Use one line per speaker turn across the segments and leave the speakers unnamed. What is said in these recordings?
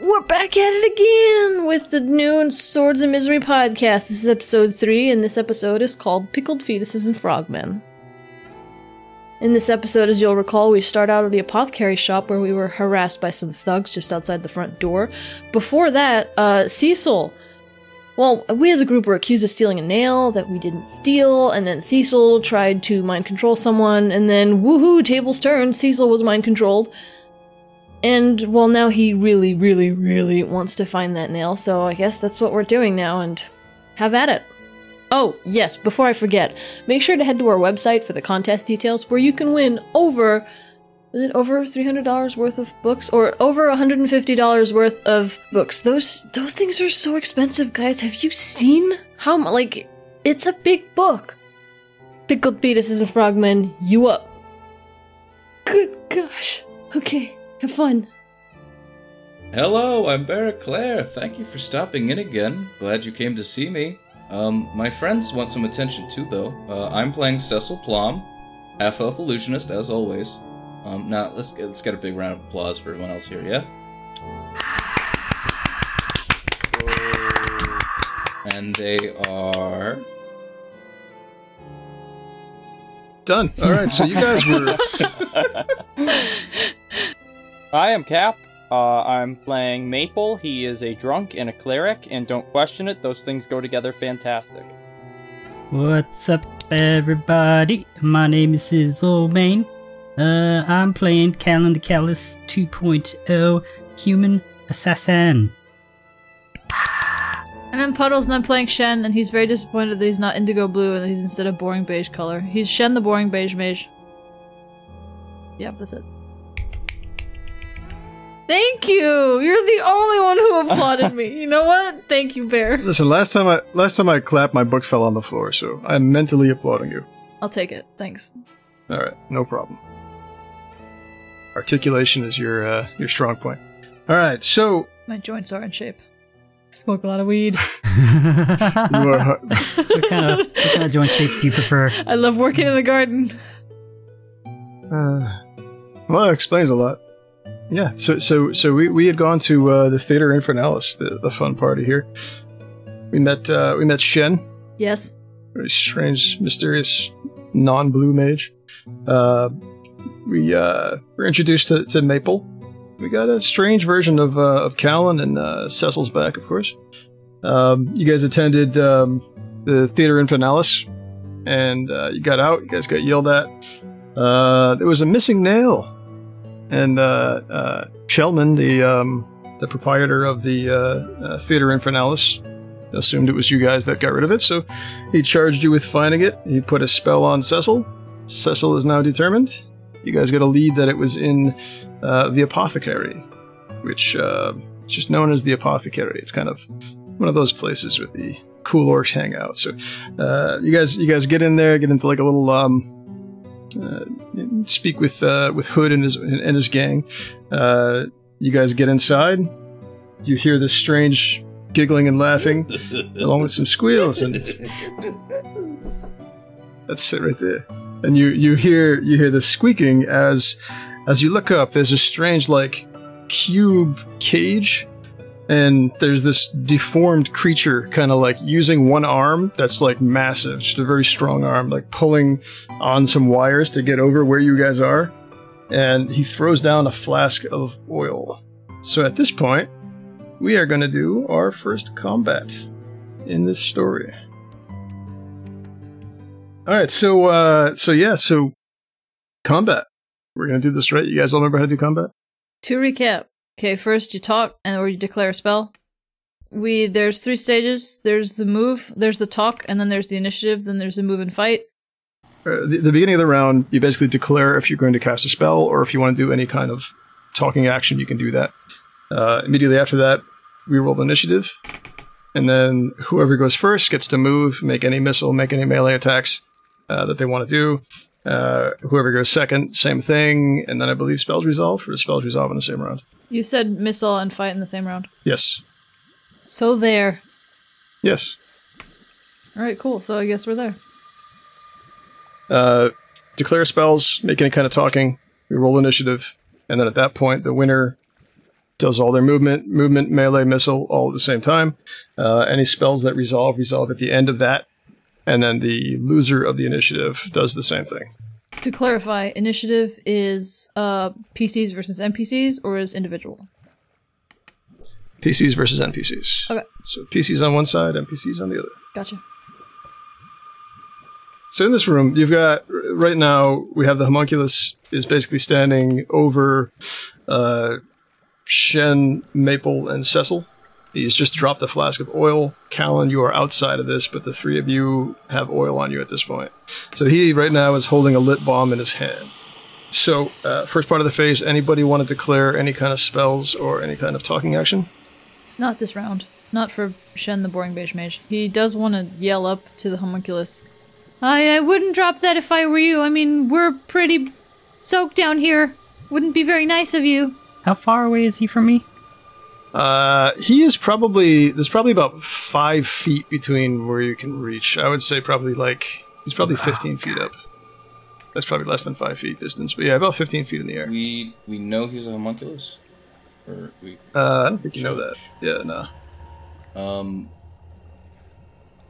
We're back at it again with the new Swords and Misery podcast. This is episode three, and this episode is called Pickled Fetuses and Frogmen. In this episode, as you'll recall, we start out at the apothecary shop where we were harassed by some thugs just outside the front door. Before that, uh, Cecil. Well, we as a group were accused of stealing a nail that we didn't steal, and then Cecil tried to mind control someone, and then woohoo, tables turned, Cecil was mind controlled. And well, now he really, really, really wants to find that nail, so I guess that's what we're doing now, and have at it. Oh, yes, before I forget, make sure to head to our website for the contest details where you can win over. Is it over $300 worth of books or over $150 worth of books? Those those things are so expensive, guys. Have you seen how mu- like it's a big book. Pickled Beatuses and Frogmen, you up. Good gosh. Okay, have fun.
Hello, I'm Barrett Claire. Thank you for stopping in again. Glad you came to see me. Um, my friends want some attention too, though. Uh, I'm playing Cecil Plum, half elf illusionist, as always. Um, now let's get, let's get a big round of applause for everyone else here, yeah. And they are
Done. All right, so you guys were
I am Cap. Uh, I'm playing Maple. He is a drunk and a cleric, and don't question it, those things go together fantastic.
What's up, everybody? My name is Sizzle Main. Uh, I'm playing Callan the Callous 2.0 oh, Human Assassin.
And I'm Puddles, and I'm playing Shen, and he's very disappointed that he's not indigo blue and that he's instead a boring beige color. He's Shen the boring beige mage. Yep, that's it.
Thank you. You're the only one who applauded me. You know what? Thank you, Bear.
listen. Last time I last time I clapped, my book fell on the floor, so I'm mentally applauding you.
I'll take it. Thanks.
All right, no problem. Articulation is your uh, your strong point. All right, so
My joints are in shape. Smoke a lot of weed.
you
what,
are,
kind of, what kind of joint shapes do you prefer?
I love working in the garden.
uh, well, that explains a lot. Yeah, so so so we, we had gone to uh, the Theater Infernalis, the, the fun party here. We met uh, we met Shen,
Yes.
very strange, mysterious, non-blue mage. Uh, we uh, were introduced to, to Maple. We got a strange version of uh, of Callan and uh, Cecil's back, of course. Um, you guys attended um, the Theater Infernalis, and uh, you got out. You guys got yelled at. Uh, there was a missing nail, and uh, uh, Shellman, the um, the proprietor of the uh, uh, Theater Infernalis, assumed it was you guys that got rid of it. So he charged you with finding it. He put a spell on Cecil. Cecil is now determined. You guys got a lead that it was in uh, the apothecary, which uh, is just known as the apothecary. It's kind of one of those places where the cool orcs hang out. So uh, you guys, you guys get in there, get into like a little um, uh, speak with uh, with Hood and his and his gang. Uh, you guys get inside. You hear this strange giggling and laughing, along with some squeals and that's it right there. And you you hear you hear the squeaking as as you look up. There's a strange like cube cage, and there's this deformed creature kind of like using one arm that's like massive, just a very strong arm, like pulling on some wires to get over where you guys are. And he throws down a flask of oil. So at this point, we are going to do our first combat in this story. All right, so uh, so yeah, so combat. We're gonna do this right. You guys all remember how to do combat?
To recap, okay, first you talk and or you declare a spell. We there's three stages. There's the move, there's the talk, and then there's the initiative, then there's the move and fight.
Uh, the, the beginning of the round, you basically declare if you're going to cast a spell or if you want to do any kind of talking action. You can do that. Uh, immediately after that, we roll the initiative, and then whoever goes first gets to move, make any missile, make any melee attacks uh, that they want to do. Uh, whoever goes second, same thing, and then I believe spells resolve or spells resolve in the same round.
You said missile and fight in the same round.
Yes,
So there.
yes.
Alright, cool. So I guess we're there.
uh, declare spells, make any kind of talking, we roll initiative, and then at that point, the winner does all their movement, movement, melee, missile, all at the same time. Uh, any spells that resolve resolve at the end of that, and then the loser of the initiative does the same thing.
To clarify, initiative is uh, PCs versus NPCs or is individual?
PCs versus NPCs.
Okay.
So PCs on one side, NPCs on the other.
Gotcha.
So in this room, you've got r- right now we have the homunculus is basically standing over uh, Shen, Maple, and Cecil. He's just dropped a flask of oil. Callan, you are outside of this, but the three of you have oil on you at this point. So he right now is holding a lit bomb in his hand. So uh, first part of the phase, anybody want to declare any kind of spells or any kind of talking action?
Not this round. Not for Shen the boring beige mage. He does want to yell up to the homunculus. I, I wouldn't drop that if I were you. I mean, we're pretty soaked down here. Wouldn't be very nice of you.
How far away is he from me?
Uh, he is probably there's probably about five feet between where you can reach. I would say probably like he's probably 15 feet up. That's probably less than five feet distance, but yeah, about 15 feet in the air.
We we know he's a homunculus, or we
Uh, I don't think you know that. Yeah, no.
um.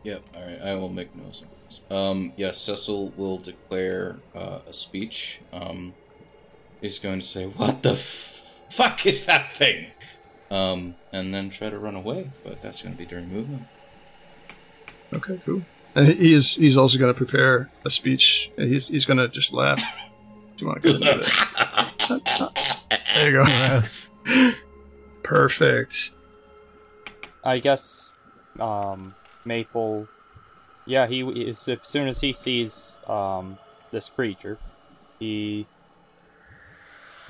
Yep. All right. I will make no sense. Um. Yes. Cecil will declare uh, a speech. Um. He's going to say, "What the f- fuck is that thing?" Um. And then try to run away, but that's going to be during movement.
Okay, cool. And he- he is he's also going to prepare a speech. And he's he's going to just laugh. Do you want to go into that? There you go.
Gross.
Perfect.
I guess, um, Maple. Yeah, he is. As soon as he sees um this creature, he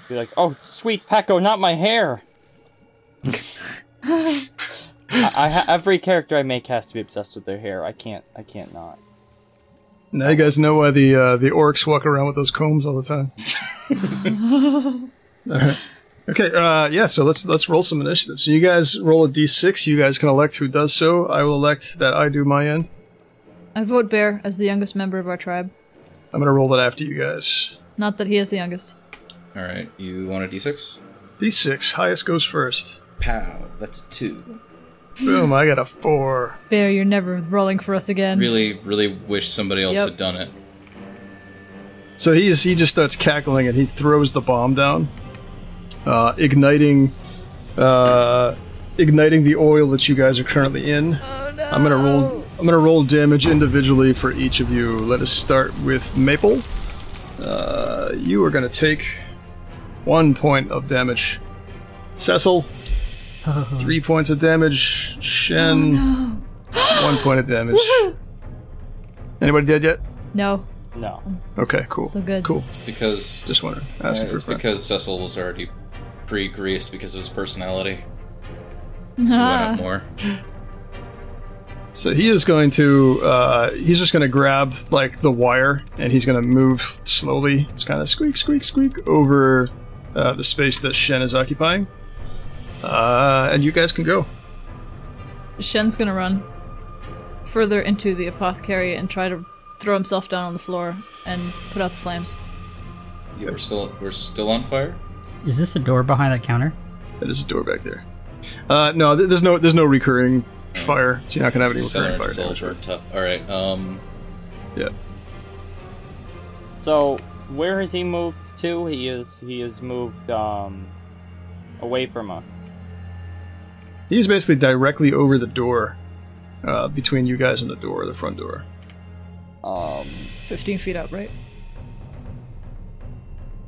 be like, "Oh, sweet Pecco, not my hair." I, I ha- every character I make has to be obsessed with their hair. I can't. I can't not.
Now you guys know why the uh, the orcs walk around with those combs all the time. All right. Okay. Uh, yeah. So let's let's roll some initiative. So you guys roll a d6. You guys can elect who does so. I will elect that I do my end.
I vote Bear as the youngest member of our tribe.
I'm gonna roll it after you guys.
Not that he is the youngest.
All right. You want a d6?
D6. Highest goes first.
Pow. That's a two.
Boom. I got a four.
Bear, you're never rolling for us again.
Really, really wish somebody else
Yep.
had done it.
So he is, he just starts cackling and he throws the bomb down, uh, igniting, uh, igniting the oil that you guys are currently in.
Oh,
I'm gonna roll. I'm gonna roll damage individually for each of you. Let us start with Maple. Uh, you are gonna take one point of damage. Cecil, three points of damage. Shen,
Oh,
one point of damage. Anybody dead yet?
No,
No.
Okay, cool.
Still good.
Cool.
Because
Just wondering.
uh,
Asking for a
it's
friend.
because Cecil was already pre-greased because of his personality. He went up
Ah,
more.
So he is going to, uh, he's just going to grab like the wire and he's going to move slowly. It's kind of squeak, squeak, squeak over uh, the space that Shen is occupying. Uh, and you guys can go.
Shen's gonna run further into the apothecary and try to throw himself down on the floor and put out the flames.
Yeah, we're still we're still on fire.
Is this a door behind that counter?
That is a door back there. Uh, no, th- there's no, there's no recurring fire. So you're not going to have any recurring
Celebrate
fire damage. right?
tough. All right. Um.
So where has he moved to? He is. He has moved um away from us.
He's basically directly over the door, uh, between you guys and the door, the front door.
Um.
15 feet up, right?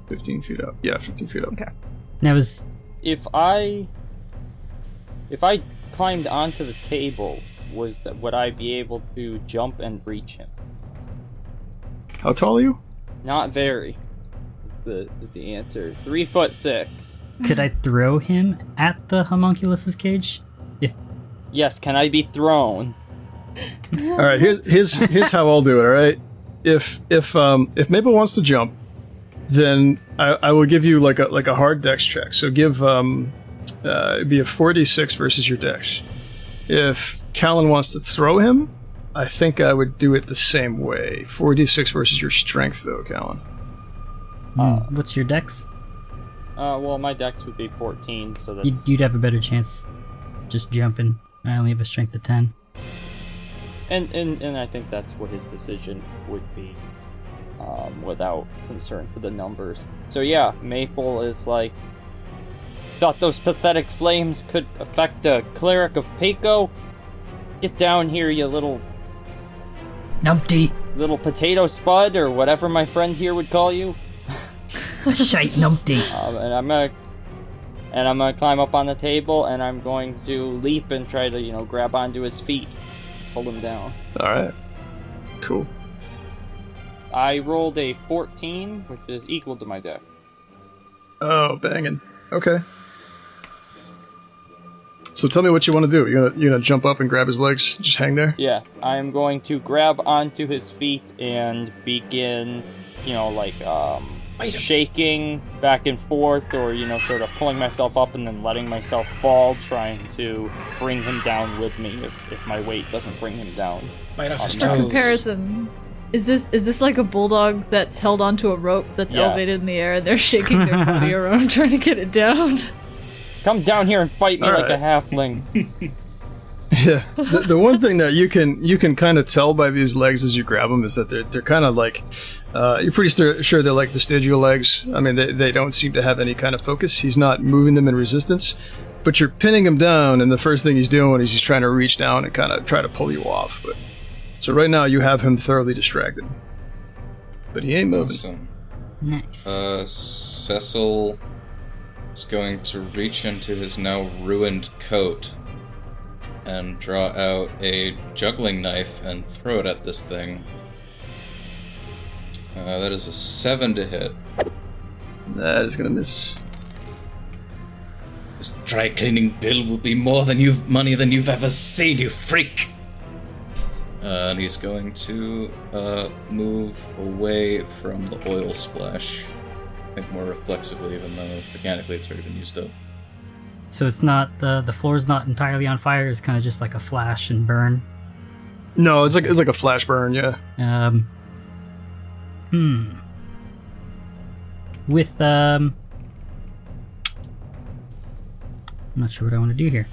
15 feet up. Yeah, 15 feet up.
Okay.
Now is
if I if I climbed onto the table, was that would I be able to jump and reach him?
How tall are you?
Not very. is The is the answer three foot six.
could I throw him at the homunculus's cage?
Yes, can I be thrown?
All right, here's here's here's how I'll do it. All right, if if um if Maple wants to jump, then I, I will give you like a like a hard dex check. So give um uh, it'd be a forty six versus your dex. If Callan wants to throw him, I think I would do it the same way. Forty six versus your strength, though, Callan.
Hmm, what's your Uh, dex?
Uh, well, my dex would be 14, so that's.
You'd, you'd have a better chance just jumping. I only have a strength of 10.
And, and and I think that's what his decision would be, um, without concern for the numbers. So yeah, Maple is like, thought those pathetic flames could affect a cleric of Pico. Get down here, you little
Numpty!
little potato spud, or whatever my friend here would call you.
Shite numpty!
Um, and I'm gonna and I'm gonna climb up on the table, and I'm going to leap and try to you know grab onto his feet, pull him down.
All right. Cool.
I rolled a 14, which is equal to my deck.
Oh, banging. Okay. So tell me what you want to do. You're gonna, you're gonna jump up and grab his legs, just hang there.
Yes, I am going to grab onto his feet and begin, you know, like um, shaking back and forth, or you know, sort of pulling myself up and then letting myself fall, trying to bring him down with me if, if my weight doesn't bring him down.
Bite
Oh,
off his
For
For
Oh.
toes.
comparison, is this is this like a bulldog that's held onto a rope that's
Yes.
elevated in the air? They're shaking their body around trying to get it down.
Come down here and fight me
All
like
right.
a halfling.
Yeah. The, the one thing that you can you can kind of tell by these legs as you grab them is that they're they're kind of like uh, you're pretty stu- sure they're like vestigial legs. I mean, they, they don't seem to have any kind of focus. He's not moving them in resistance, but you're pinning him down, and the first thing he's doing is he's trying to reach down and kind of try to pull you off. But so right now you have him thoroughly distracted, but he ain't moving.
Awesome.
Nice.
Uh, Cecil is going to reach into his now ruined coat and draw out a juggling knife and throw it at this thing. Uh, that is a seven to hit.
That is gonna miss.
This dry cleaning bill will be more than you've money than you've ever seen, you freak. Uh, and he's going to uh, move away from the oil splash. I think more reflexively, even though mechanically it's already been used up.
So it's not the the floor's not entirely on fire. It's kind of just like a flash and burn.
No, it's like it's like a flash burn. Yeah.
Um. Hmm. With um. I'm not sure what I want to do here.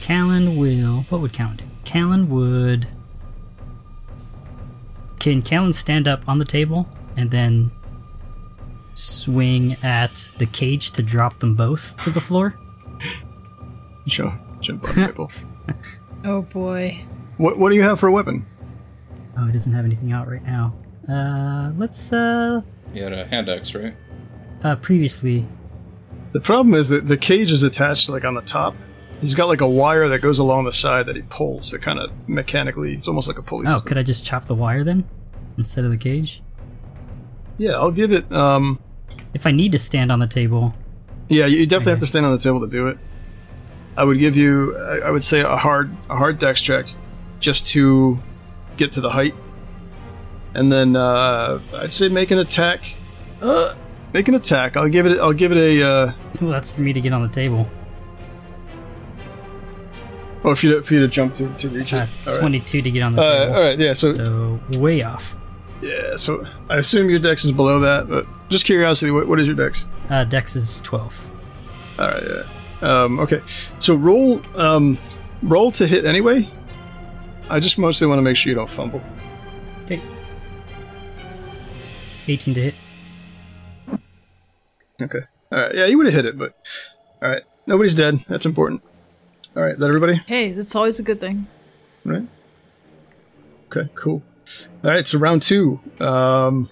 Callan will. What would Callan do? Callan would. Can Callan stand up on the table and then swing at the cage to drop them both to the floor?
Jump, jump on people.
Oh boy.
What what do you have for a weapon?
Oh, it doesn't have anything out right now. Uh, let's uh,
He had a hand axe, right?
uh previously
The problem is that the cage is attached like on the top. He's got like a wire that goes along the side that he pulls that kind of mechanically. It's almost like a pulley
Oh,
system.
could I just chop the wire then? Instead of the cage?
Yeah, I'll give it. Um,
If I need to stand on the table,
yeah, you you definitely have
Okay.
to stand on the table to do it. I would give you. I I would say a hard a hard dex check, just to get to the height, and then uh, I'd say make an attack. Uh, make an attack. I'll give it. I'll give it a. Uh,
well, that's for me to get on the table.
oh, for you to, for you to jump to, to reach it.
Uh,
All right.
22 to get on the
Uh,
table.
all right. Yeah. So
So, way off.
Yeah, so I assume your dex is below that, but just curiosity, what, what is your dex?
Uh, Dex is 12.
All right, yeah. Um, okay, so roll um, roll to hit anyway. I just mostly want to make sure you don't fumble.
Okay. 18 to hit.
Okay. All right. Yeah, you would have hit it, but all right. Nobody's dead. That's important. All right. Is that everybody?
Hey, that's always a good thing.
All right. Okay. Cool. All right. So round two. Um,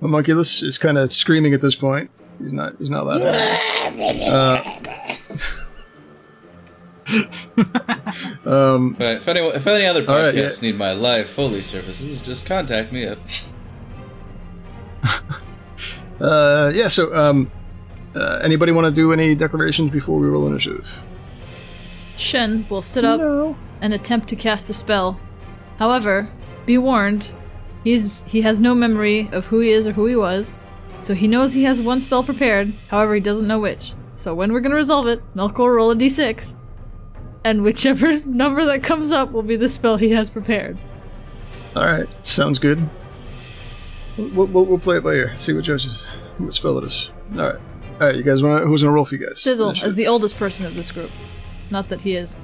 Homunculus is kind of screaming at this point. He's not. He's not loud. Uh, um,
But if, anyone, if any other podcasts
All right,
need my live Foley services, just contact me at.
Uh, yeah. So, um, uh, anybody want to do any declarations before we roll initiative?
Shen will sit up and attempt to cast a spell. However, be warned, he's he has no memory of who he is or who he was, so he knows he has one spell prepared. However, he doesn't know which. So when we're gonna resolve it, Melkor will roll a d6, and whichever number that comes up will be the spell he has prepared.
All right. Sounds good. We'll, we'll, we'll play it by ear. See what judges what spell it is. All right. All right, you guys want to? Who's gonna roll for you guys?
Sizzle
Finish
is
it.
the oldest person of this group. Not that he is,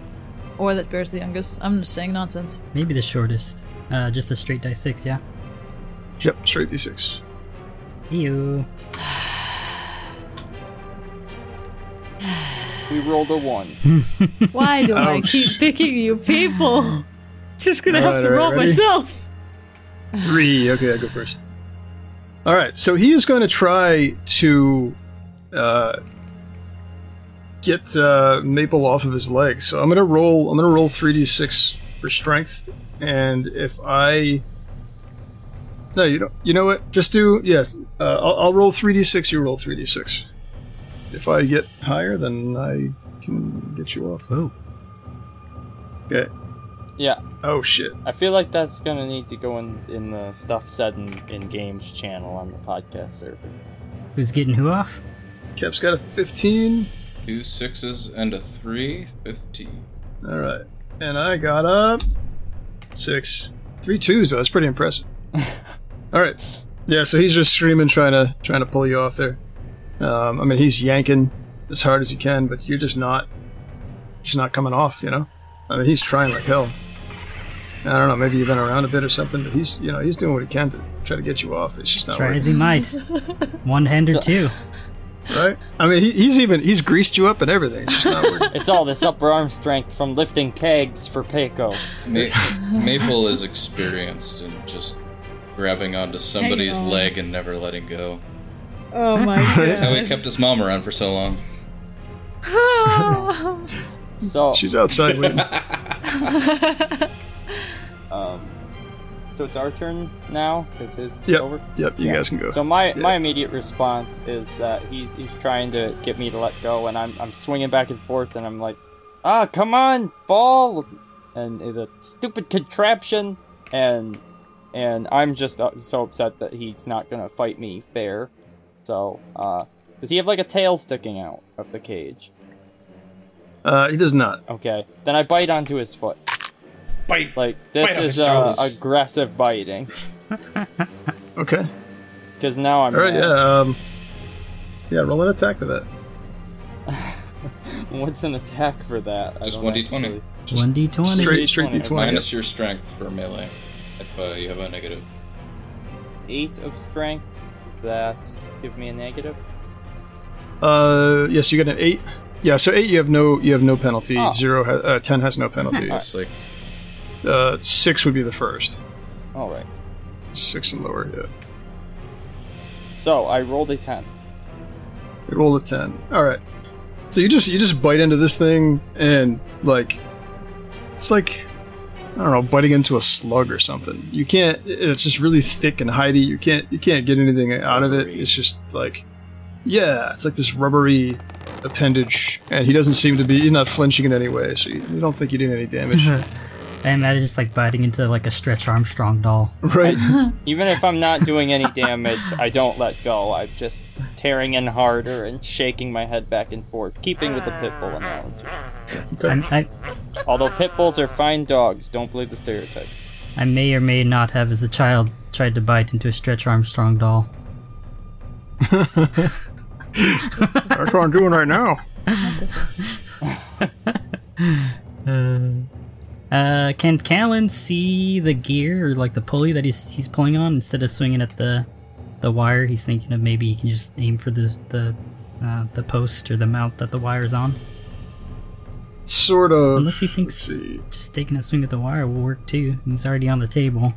or that Bear's the youngest. I'm just saying nonsense.
Maybe the shortest. Uh, just a straight die six, yeah.
Yep, straight d6.
Ew.
We rolled a one.
Why do I
Ouch.
keep picking you people? Just gonna have
Alright,
to
alright,
roll
ready?
myself.
Three. Okay, I go first. All right, so he is going to try to uh, get uh, Maple off of his legs. So I'm going to roll. I'm going to roll three d6 for strength, and if I no, you don't. You know what? Just do yeah. Uh, I'll, I'll roll three d6. You roll three d6. If I get higher, then I can get you off.
Whoa.
Okay.
Yeah,
Oh shit.
I feel like that's gonna need to go in in the stuff said in, in games channel on the podcast server.
Who's getting who off?
Cap's got a 15.
Two sixes and a three. Fifteen.
All right. And I got up six, three twos. Though. That's pretty impressive. All right. Yeah. So he's just screaming, trying to trying to pull you off there. Um, I mean, he's yanking as hard as he can, but you're just not just not coming off. You know. I mean, he's trying like hell. I don't know. Maybe you've been around a bit or something, but he's you know he's doing what he can to try to get you off. It's just not
Try
working,
as he might. One hand or two.
right? I mean, he, he's even he's greased you up and everything. It's just not working.
It's all this upper arm strength from lifting kegs for Peco.
Ma- Maple is experienced in just grabbing onto somebody's
Hang on.
leg and never letting go.
Oh my
That's how he
god.
kept his mom around for so long.
So
She's outside waiting.
um, so it's our turn now because his is
Yep.
over.
Yep. You
Yeah.
guys can go.
So my
Yeah.
my immediate response is that he's he's trying to get me to let go, and I'm I'm swinging back and forth, and I'm like, ah, come on, ball, and the stupid contraption, and and I'm just uh, so upset that he's not gonna fight me fair. So, uh, does he have like a tail sticking out of the cage?
Uh, he does not.
Okay, then I bite onto his foot.
Bite.
Like this
Bite off
is
his
uh,
toes.
aggressive biting,
Okay.
because now I'm
All right,
mad.
yeah, um, yeah. Roll an attack with that.
What's an attack for that? I
Just
don't
1d20.
actually-
Just
One d twenty.
Straight, straight
D20.
d20.
Minus your strength for melee. If uh, you have a negative.
eight of strength. That give me a negative.
Uh, yes, you get an eight. Yeah, so eight, you have no, you have no penalty.
Oh.
Zero, ha- uh, ten has no penalty.
It's like
uh, six would be the first.
All right.
Six and lower. Yeah,
So I rolled a ten.
you roll a ten. All right. So you just you just bite into this thing and like, it's like, I don't know, biting into a slug or something. You can't. It's just really thick and hidey. You can't you can't get anything out of it.
Rubbery.
It's just like, yeah, it's like this rubbery appendage, and he doesn't seem to be. He's not flinching in any way, so you, you don't think you did any damage,
I imagine just like biting into like a Stretch Armstrong doll.
right?
Even if I'm not doing any damage, I don't let go. I'm just tearing in harder and shaking my head back and forth, keeping with the pitbull analogy.
Okay.
I,
Although pitbulls are fine dogs, don't believe the stereotype.
I may or may not have, as a child, tried to bite into a Stretch Armstrong doll.
That's what I'm doing right now.
Uh, uh, can Callan see the gear or like the pulley that he's he's pulling on instead of swinging at the the wire? He's thinking of maybe he can just aim for the the uh, the post or the mount that the wire's on.
Sort of.
Unless he thinks
let's see.
just taking a swing at the wire will work too. and He's already on the table.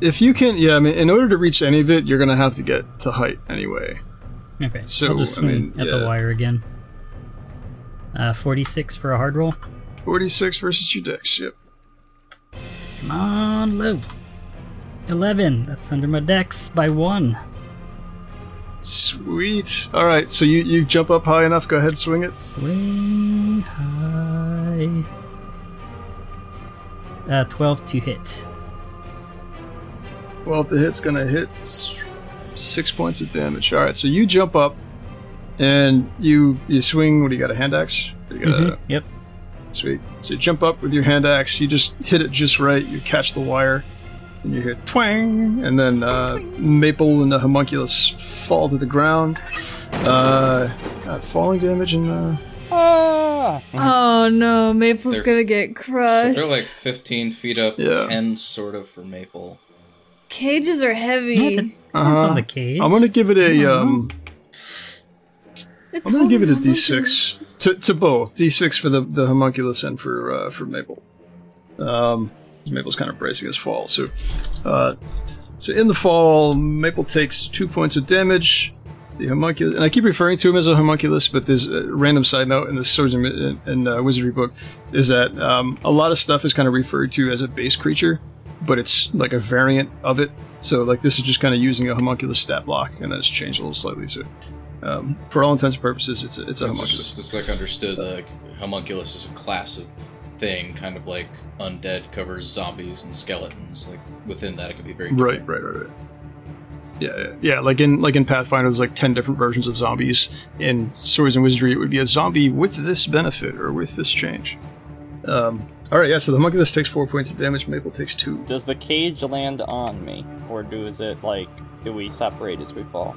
if you can, yeah. I mean, in order to reach any of it, you're gonna have to get to height anyway.
Okay,
So,
I'll just
I
swing
mean,
at
yeah.
the wire again. Uh, 46 for a hard roll.
Forty-six versus your dex. Yep.
Come on, low. 11. That's under my dex by one.
Sweet. All right, so you, you jump up high enough. Go ahead, swing it.
Swing high. Uh, 12 to hit.
Well, if the hit's gonna hit s- six points of damage. All right, so you jump up and you you swing. What do you got? A hand axe? You got
Mhm,
a,
Yep.
sweet. So you jump up with your hand axe. You just hit it just right. You catch the wire, and you hear twang. And then uh, Maple and the homunculus fall to the ground. Uh, God, falling damage and uh,
Ah!
Oh no, Maple's
They're-
gonna get
So
crushed.
they're like 15 feet up,
Yeah.
10 sort of for Maple.
Cages are heavy.
That's
Uh-huh.
on the cage.
I'm gonna give it a um,
It's
I'm gonna give it a
holding on to
D6 to, to both D6 for the, the homunculus and for uh, for Maple. Um, Maple's kind of bracing his fall, so uh, so in the fall, Maple takes two points of damage. The homunculus, and I keep referring to him as a homunculus, but there's a random side note in the Swords and, and uh, Wizardry book is that um, a lot of stuff is kind of referred to as a base creature, but it's like a variant of it. So like this is just kind of using a homunculus stat block, and it's changed a little slightly. So um, for all intents and purposes, it's a, it's a
It's
homunculus.
just, it's like understood that like, homunculus is a class of thing, kind of like undead covers zombies and skeletons. Like within that, it could be very
Right, right, right, right. Yeah, yeah, yeah. Like in like in Pathfinder, there's like ten different versions of zombies. In Swords and Wizardry, it would be a zombie with this benefit or with this change. Um, all right, yeah. So the homunculus takes four points of damage. Maple takes two.
Does the cage land on me, or do is it like do we separate as we fall?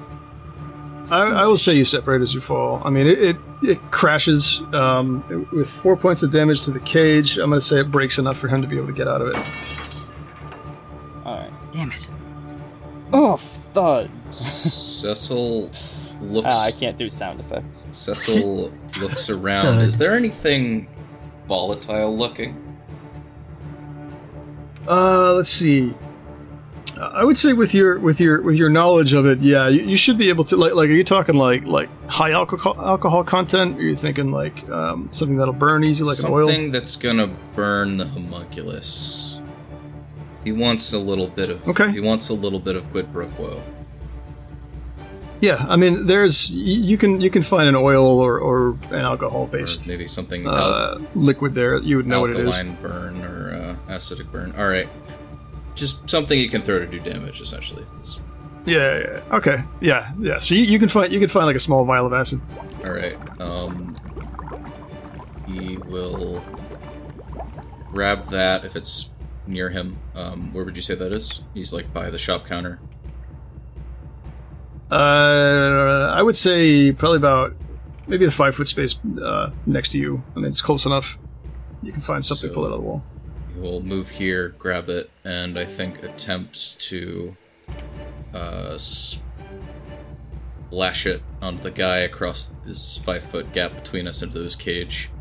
I, I will say you separate as you fall. I mean, it it, it crashes um, with four points of damage to the cage. I'm going to say it breaks enough for him to be able to get out of it.
All right.
Damn it.
Oh, thuds.
Cecil looks.
Ah, I can't do sound effects.
Cecil looks around. Is there anything volatile looking?
Uh, let's see. Uh, I would say with your with your with your knowledge of it, yeah, you, you should be able to like like. Are you talking like like high alcohol alcohol content? Are you thinking like um, something that'll burn easy, like an oil?
Something that's gonna burn the homunculus. He wants a little bit of.
Okay.
He wants a little bit of quidbroquo.
Yeah, I mean, there's y- you can you can find an oil or or an alcohol
Or
based
maybe something al-
uh, liquid there. You would know what it is.
alkaline burn or uh, acidic burn. All right, just something you can throw to do damage, essentially. It's-
Yeah, yeah, yeah. Okay. Yeah. Yeah. So you, you can find you can find like a small vial of acid.
all right, um, he will grab that if it's near him. Um, where would you say that is? He's like by the shop counter.
Uh, I would say probably about maybe the five foot space uh, next to you. I mean, it's close enough. You can find something
So-
pull it out of the wall.
He will move here, grab it, and I think attempt to uh, splash it on the guy across this five foot gap between us into his cage.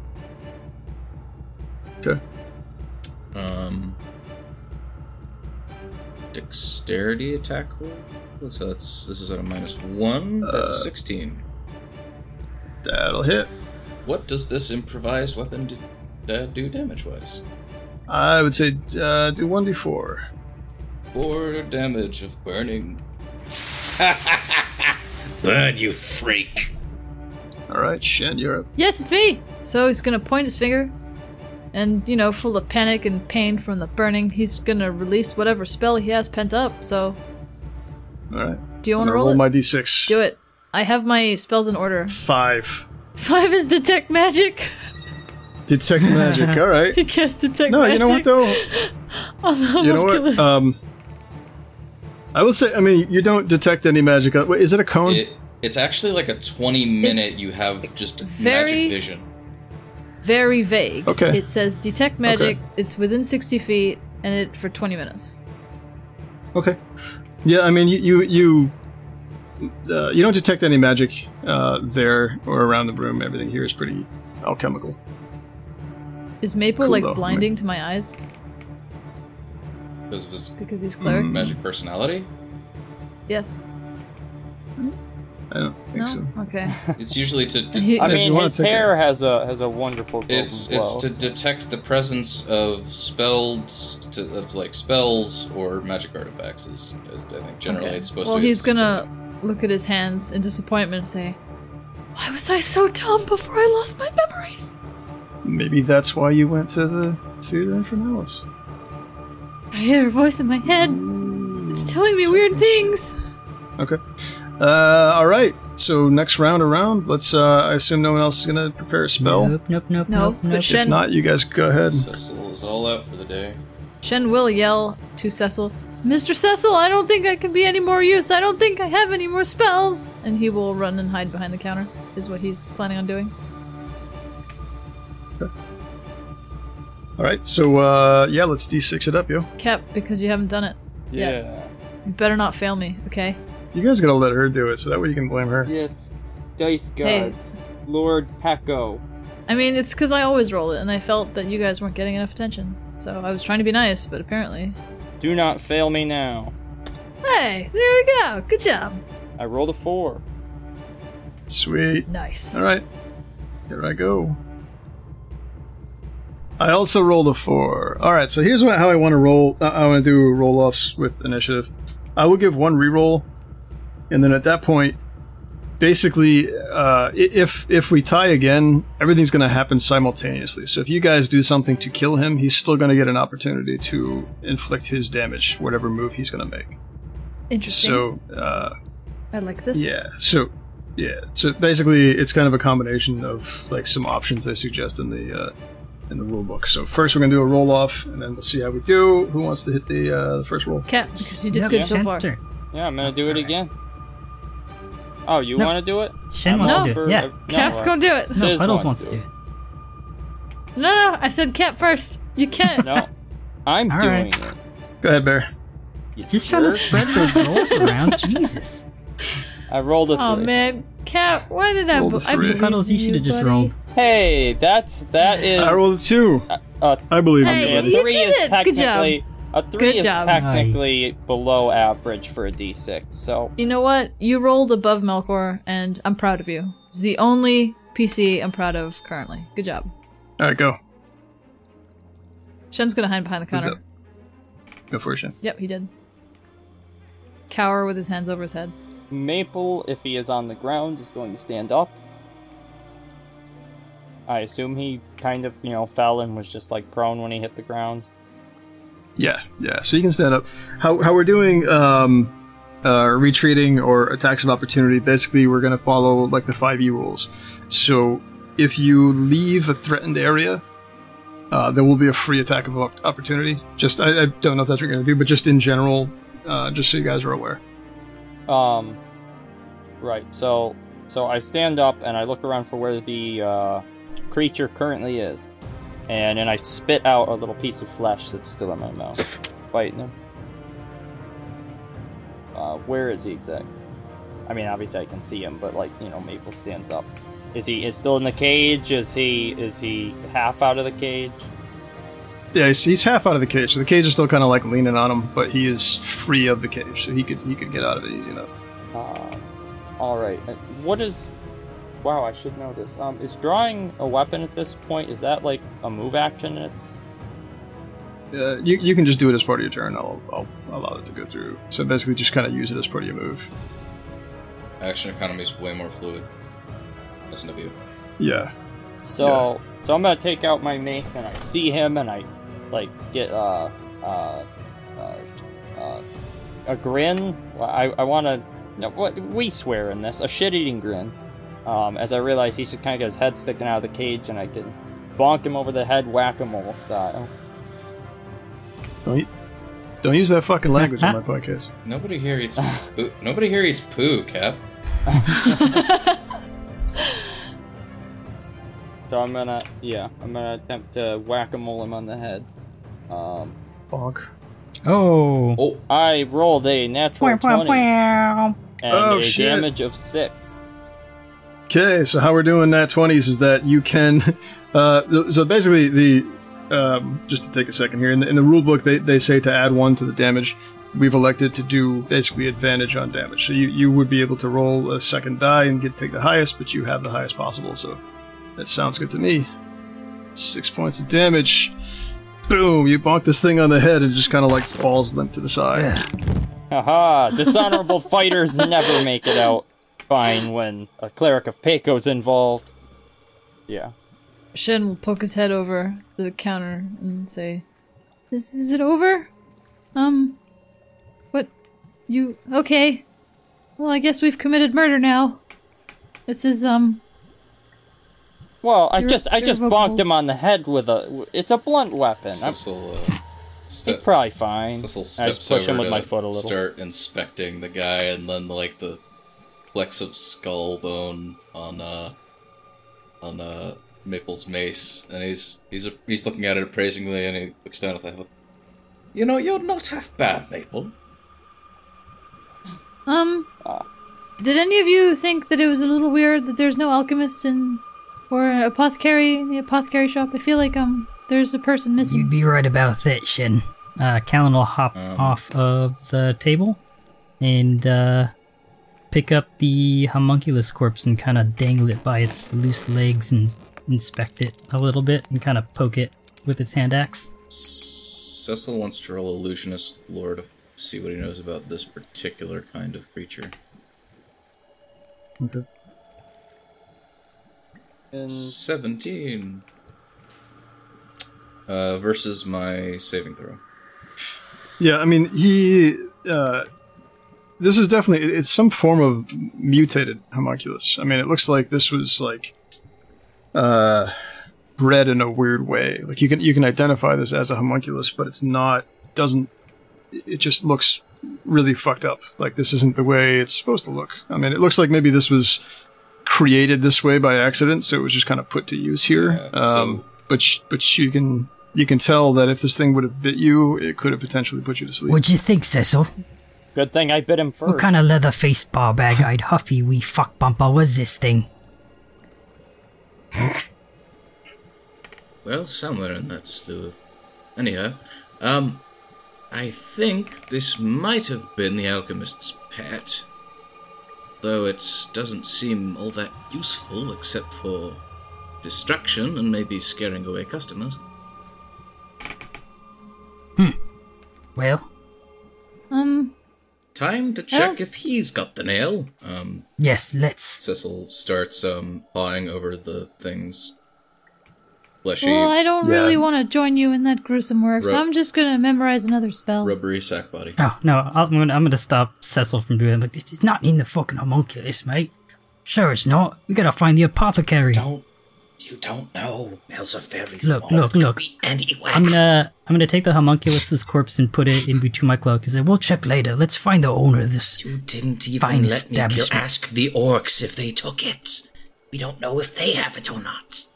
Okay.
Um, dexterity attack roll. So that's this is at a minus one. That's
Uh,
a sixteen.
That'll hit.
What does this improvised weapon do, uh, do damage wise?
I would say uh, do one d four.
Four damage of burning
All right, Shen, you're up.
Yes, it's me. So he's gonna point his finger, and you know, full of panic and pain from the burning, he's gonna release whatever spell he has pent up. So,
All right.
do you want
I'm gonna
to roll, it?
my d six.
Do it. I have my spells in order.
Five.
Five is detect magic.
Detect magic. All right.
He cast detect
No,
magic.
you know what though.
On the
You know what?
homunculus.
Um, I will say. I mean, you don't detect any magic. Uh, Wait, is it a cone?
It, it's actually like a 20 minute
It's
you have just
very-
magic vision.
Very vague.
Okay.
It says detect magic. It's within sixty feet, and it for twenty minutes.
Okay. Yeah, I mean, you you you, uh, you don't detect any magic uh, there or around the room. Everything here is pretty alchemical.
Is Maple
Cool,
like
though.
blinding to my eyes
Because of his
because he's cleric?
Mm.
magic personality.
Mm-hmm.
Yes.
I don't think
No.
so.
Okay.
It's usually to. to
He-
I
If
mean,
you wanna
his
take it-
hair has a has a wonderful golden
it's
glow.
it's to detect the presence of spells to, of like spells or magic artifacts is, is I think generally
Okay.
it's supposed
well,
to be
he's
it's
gonna look at his hands in disappointment and say, Why was I so dumb before I lost my memories?
Maybe that's why you went to the theater Infernalis.
I hear a voice in my head. It's telling me weird things.
Okay. Uh, all right. So next round around. Let's. Uh, I assume no one else is gonna prepare a spell.
Nope, nope, nope,
No,
nope,
but
nope.
Shen-
If not, you guys go ahead.
Cecil is all out for the day.
Shen will yell to Cecil, Mr. Cecil, I don't think I can be any more use. I don't think I have any more spells. And he will run and hide behind the counter, is what he's planning on doing.
All right, so uh, yeah, let's d6 it up, yo.
Cap, because you haven't done it. Yeah.
Yeah.
You better not fail me, okay?
You guys gotta let her do it, so that way you can blame her.
Yes. Dice
Hey.
gods. Lord Paco.
I mean, it's because I always roll it, and I felt that you guys weren't getting enough attention. So I was trying to be nice, but apparently.
Do not fail me now.
Hey, there we go. Good job.
I rolled a four.
Sweet.
Nice.
All right, here I go. I also rolled a four. All right, so here's what, how I want to roll. Uh, I want to do roll offs with initiative. I will give one reroll, and then at that point, basically, uh, i- if if we tie again, everything's going to happen simultaneously. So if you guys do something to kill him, he's still going to get an opportunity to inflict his damage, whatever move he's going to make.
Interesting.
So. Uh,
I like this.
yeah. So, yeah. So basically, it's kind of a combination of like some options they suggest in the uh, in the rule book. So first, we're gonna do a roll off, and then we'll see how we do. Who wants to hit the uh, the first roll?
Cap, because you did
No,
good so
Shen's
far.
turn.
Yeah, I'm gonna do it again. Oh, you
No.
want to do it?
Shen
I'm
wants
all
to do it.
for-
Yeah.
uh, no,
Cap's
uh,
gonna do it.
No,
Sizz
Puddles
wants
wants
to
to
do
do
it.
it.
No, no, I said Cap first. You can't.
No, I'm
All
doing
right.
it.
Go ahead, Bear.
You
Just trying to
jerk.
spread the rolls around. Jesus.
I rolled a
Oh
three.
man, Cap, why did I?
Rolled a
I
three.
believe
Puddles, you should have just
buddy.
rolled.
Hey, that's that is.
I rolled a two.
uh,
I believe
Hey,
a
in you.
you
three
did
is
it! Good job.
technically a three
Good
is
job.
technically below average for a d6. So
You know what? You rolled above Melkor, and I'm proud of you. It's the only PC I'm proud of currently. Good job.
uh,
All right, go.
Shen's gonna hide behind the
What's
counter.
Go for it, Shen.
Yep, he did. Cower with his hands over his head.
Maple, if he is on the ground, is going to stand up. I assume he kind of you know fell and was just like prone when he hit the ground.
Yeah, yeah. So you can stand up. How how we're doing um, uh, retreating or attacks of opportunity? Basically, we're gonna follow like the five E rules. So if you leave a threatened area, uh, there will be a free attack of op- opportunity. Just I, I don't know if that's what you're gonna do, but just in general, uh, just so you guys are aware.
Um, right. So, so I stand up and I look around for where the uh, creature currently is, and then I spit out a little piece of flesh that's still in my mouth, biting him. Uh, where is he exactly? I mean, obviously I can see him, but like you know, Maple stands up. Is he is still in the cage? Is he is he half out of the cage?
Yeah, he's, he's half out of the cage, so the cage is still kind of like leaning on him, but he is free of the cage, so he could he could get out of it easy enough.
Uh, all right. Uh, What is? Wow, I should know this. Um, is drawing a weapon at this point is that like a move action? and It's
Uh, you, you can just do it as part of your turn. I'll, I'll allow it to go through. So basically, just kind of use it as part of your move.
Action economy is way more fluid. SNW.
Yeah.
so. So I'm gonna take out my mace and I see him and I like get uh uh uh, uh a grin. Well, I I want to. No, what we swear in this a shit-eating grin. Um, as I realize he's just kind of got his head sticking out of the cage and I can bonk him over the head whack-a-mole style.
Don't u- don't use that fucking language on my podcast.
Nobody here eats poo. Nobody here eats poo, Cap.
So I'm gonna, yeah, I'm gonna attempt to whack a mole him on the head. Um,
Bonk.
Oh.
Oh,
I rolled a natural
Wah, wah,
20 and
wah.
Oh,
a
shit.
damage of 6.
Okay, so how we're doing that twenties is that you can, uh, th- so basically the, um, just to take a second here in the, in the rule book they, they say to add one to the damage. We've elected to do basically advantage on damage, so you, you would be able to roll a second die and get take the highest, but you have the highest possible. So that sounds good to me. Six points of damage. Boom! You bonk this thing on the head and it just kind of like falls limp to the side.
Haha, dishonorable fighters never make it out fine when a cleric of Peko's involved. Yeah.
Shen will poke his head over the counter and say, "Is is it over? Um, what? You okay? Well, I guess we've committed murder now. This is um.
Well, I
Irre-
just, I just
irrevocable.
bonked him on the head with a, it's a blunt weapon. I'm-
Cecil. Uh, Ste-
It's probably fine.
Cecil
I
steps
just push
over
him with
to
my foot a little.
start inspecting the guy, and then like the flecks of skull bone on uh on uh Maple's mace, and he's he's he's looking at it appraisingly, and he looks down at the. You know, you're not half bad, Maple.
Um,
Ah.
did any of you think that it was a little weird that there's no alchemist in or an apothecary in the apothecary shop? I feel like um, there's a person
You'd
missing.
be right about that, Shin. Uh, Callan will hop
Um.
off of the table and uh, pick up the homunculus corpse and kind of dangle it by its loose legs and inspect it a little bit and kind of poke it with its hand axe.
Cecil wants to roll illusionist lore to see what he knows about this particular kind of creature.
Okay.
And
Seventeen. Uh, versus my saving throw.
Yeah, I mean, he. Uh, this is definitely it- it's some form of mutated homunculus. I mean, it looks like this was like uh, bred in a weird way. Like you can you can identify this as a homunculus, but it's not. Doesn't it just looks really fucked up? Like this isn't the way it's supposed to look. I mean, it looks like maybe this was created this way by accident, so it was just kind of put to use here.
Yeah, so-
um, but sh- but you can you can tell that if this thing would have bit you, it could have potentially put you to sleep.
What'd you think, Cecil?
good thing I bit him first.
What kind of leather faced, bob bag eyed, huffy wee fuck bumper was this thing?
Well, somewhere in that slew of. Anyhow, um, I think this might have been the alchemist's pet. Though it doesn't seem all that useful except for distraction and maybe scaring away customers.
Well,
Um,
Time to check if he's got the nail. Um,
yes, let's.
Cecil starts um pawing over the thing's fleshy,
well, I don't
Yeah.
really want to join you in that gruesome work, so
Ru-
I'm just gonna memorize another spell.
rubbery sack body.
Ah.
Oh, no, I'll- I'm gonna, I'm gonna stop Cecil from doing it. Like, it's it's not in the fucking homunculus, mate. Sure, it's not. We gotta find the apothecary.
Don't you don't know? Nails are very
Look, look, look.
Anyway,
I'm gonna I'm gonna take the homunculus's corpse and put it in between my cloak and say, "We'll check later. Let's find the owner of this."
You didn't even
Fine
let me kill,
establishment.
ask the orcs if they took it. We don't know if they have it or not.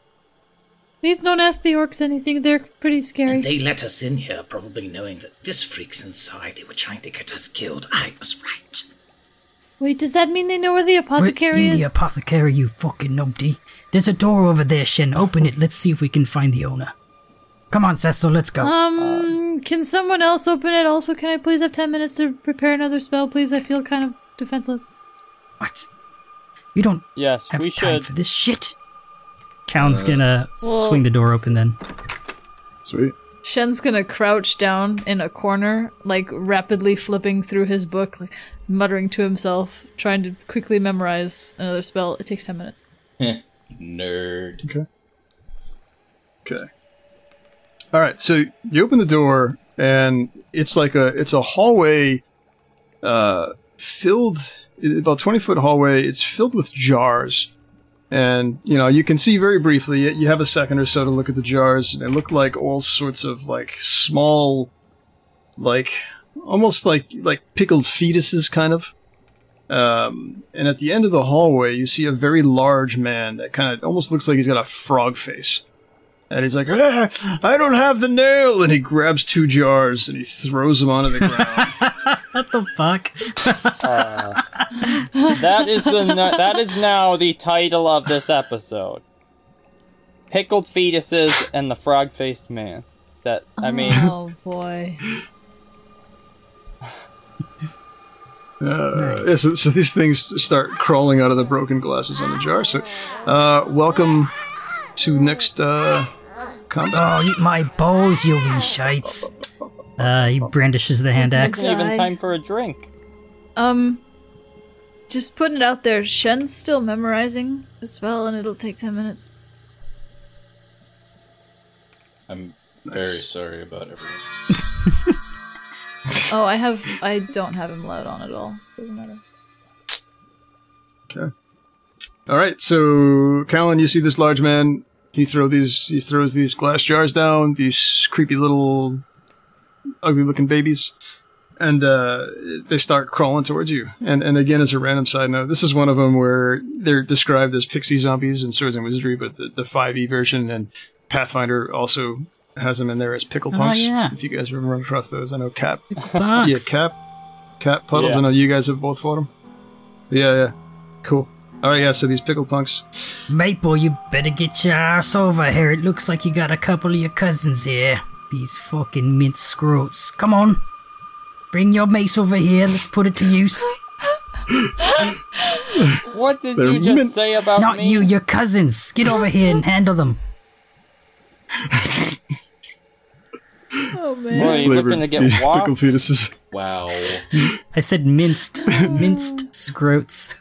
Please don't ask the orcs anything; they're pretty scary.
And they let us in here, probably knowing that this freak's inside. They were trying to get us killed. I was right.
Wait, does that mean they know where the
We're
apothecary
in
is?
the apothecary, you fucking numpty. There's a door over there, Shen. Open it. Let's see if we can find the owner. Come on, Cecil. Let's go.
um, can someone else open it? Also, can I please have ten minutes to prepare another spell, please? I feel kind of defenseless.
what? You don't
Yes,
have
we
time
should.
for this shit. Callan's gonna swing the door open then.
Sweet.
Shen's gonna crouch down in a corner, like rapidly flipping through his book, like, muttering to himself, trying to quickly memorize another spell. It takes 10 minutes.
nerd.
Okay. All right. So you open the door, and it's like a it's a hallway, uh, filled about twenty foot hallway. It's filled with jars, and you know you can see very briefly. You have a second or so to look at the jars. They look like all sorts of like small, like almost like like pickled fetuses, kind of. Um, and at the end of the hallway, you see a very large man that kind of almost looks like he's got a frog face. And he's like, "Ah, I don't have the nail. And he grabs two jars and he throws them onto the ground.
What the fuck?
that is the no- that is now the title of this episode. Pickled fetuses and the frog-faced man. That I mean,
Oh boy.
Uh, yeah, so, so these things start crawling out of the broken glasses on the jar. So, uh, welcome to next uh, combat.
Oh, eat my balls, you wee shites. Uh, he brandishes the hand axe.
isn't even
sigh.
time for a drink.
Um, just putting it out there, Shen's still memorizing the spell, and it'll take 10 minutes.
I'm very sorry about everything.
Oh, I have. I don't have him loud on at all. Doesn't matter.
All right. So, Callan, you see this large man. He throw these. He throws these glass jars down. These creepy little ugly looking babies. And uh, they start crawling towards you. And and again, as a random side note, this is one of them where they're described as pixie zombies in Swords and Wizardry, but the, the 5e version and Pathfinder also has them in there as pickle
Oh,
punks.
yeah.
If you guys ever run across those, I know Cap
Bucks.
yeah, cap, cap puddles.
Yeah.
I know you guys have both fought them. Yeah, yeah, cool. All right, yeah. So these pickle punks.
Maple, you better get your ass over here. It looks like you got a couple of your cousins here. These fucking mint scroats. Come on. Bring your mace over here. Let's put it to use.
What did
They're
you just
min-
say about
Not
me?
you, your cousins. Get over here and handle them.
Oh man.
Boy, you looking to get
Flavored
whopped?
pickle fetuses.
Wow.
I said minced. minced scroats.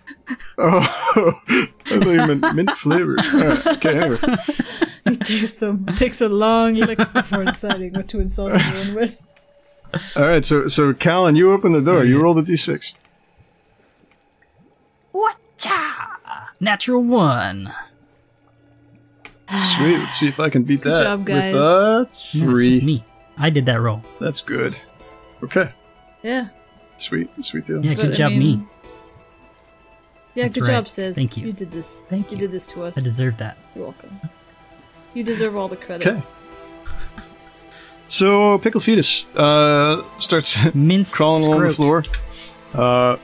Oh, I thought you meant mint flavor. All right, okay, anyway.
He tastes them. Takes a long lick before deciding what to insult everyone with.
All right. So, so Callan, you open the door. You roll the d6.
Whatcha? Natural one.
Sweet. Let's see if I can beat
Good
that.
job, guys.
With a
No, it's just
three.
me. I did that roll.
That's good. Okay.
Yeah.
Sweet. Sweet deal.
Yeah,
But,
good
I
job,
mean,
me.
Yeah,
That's
good
right.
job, Sis.
Thank you.
You did this.
Thank
you.
you.
did this to us.
I deserve that.
You're welcome. You deserve all the credit.
Okay. So pickle fetus uh, starts
Minced
crawling
scroat.
along the floor. Uh,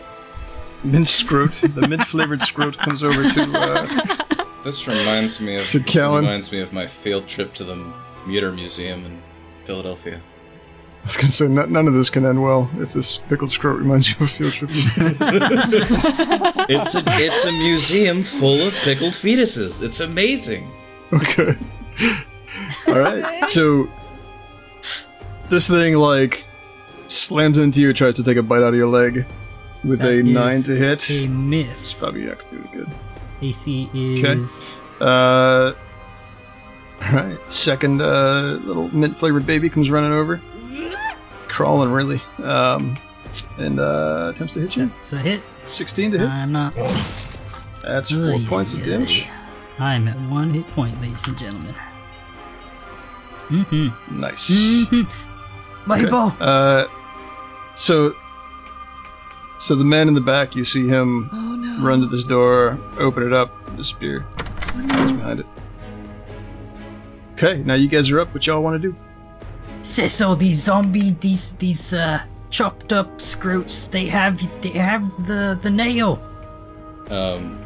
minced scroat, the mint flavored scroat comes over to. Uh,
This reminds me of
To
this
Callan.
reminds me of my field trip to the Muter Museum in Philadelphia.
I was gonna say n- none of this can end well if this pickled scroat reminds you of a field trip.
It's a, it's a museum full of pickled fetuses. It's amazing.
okay. All right. So this thing like slams into you, tries to take a bite out of your leg with
That
a
is
nine to hit.
A miss.
Probably not gonna do it good.
AC
Okay.
is
Uh, all right. Second uh, little mint flavored baby comes running over, crawling really, um, and uh, attempts to hit you.
it's a hit.
Sixteen to hit.
I'm not.
That's four
Oy,
points of
oy,
damage.
oy. I'm at one hit point, ladies and gentlemen. Mm-hmm.
Nice.
Mm-hmm. Maple,
Uh, so, so the man in the back, you see him
Oh no.
run to this door, open it up, the spear goes behind it. Okay, now you guys are up. What y'all want to do?
Cecil, these zombie, these these uh, chopped up scroots, they have they have the the nail.
Um,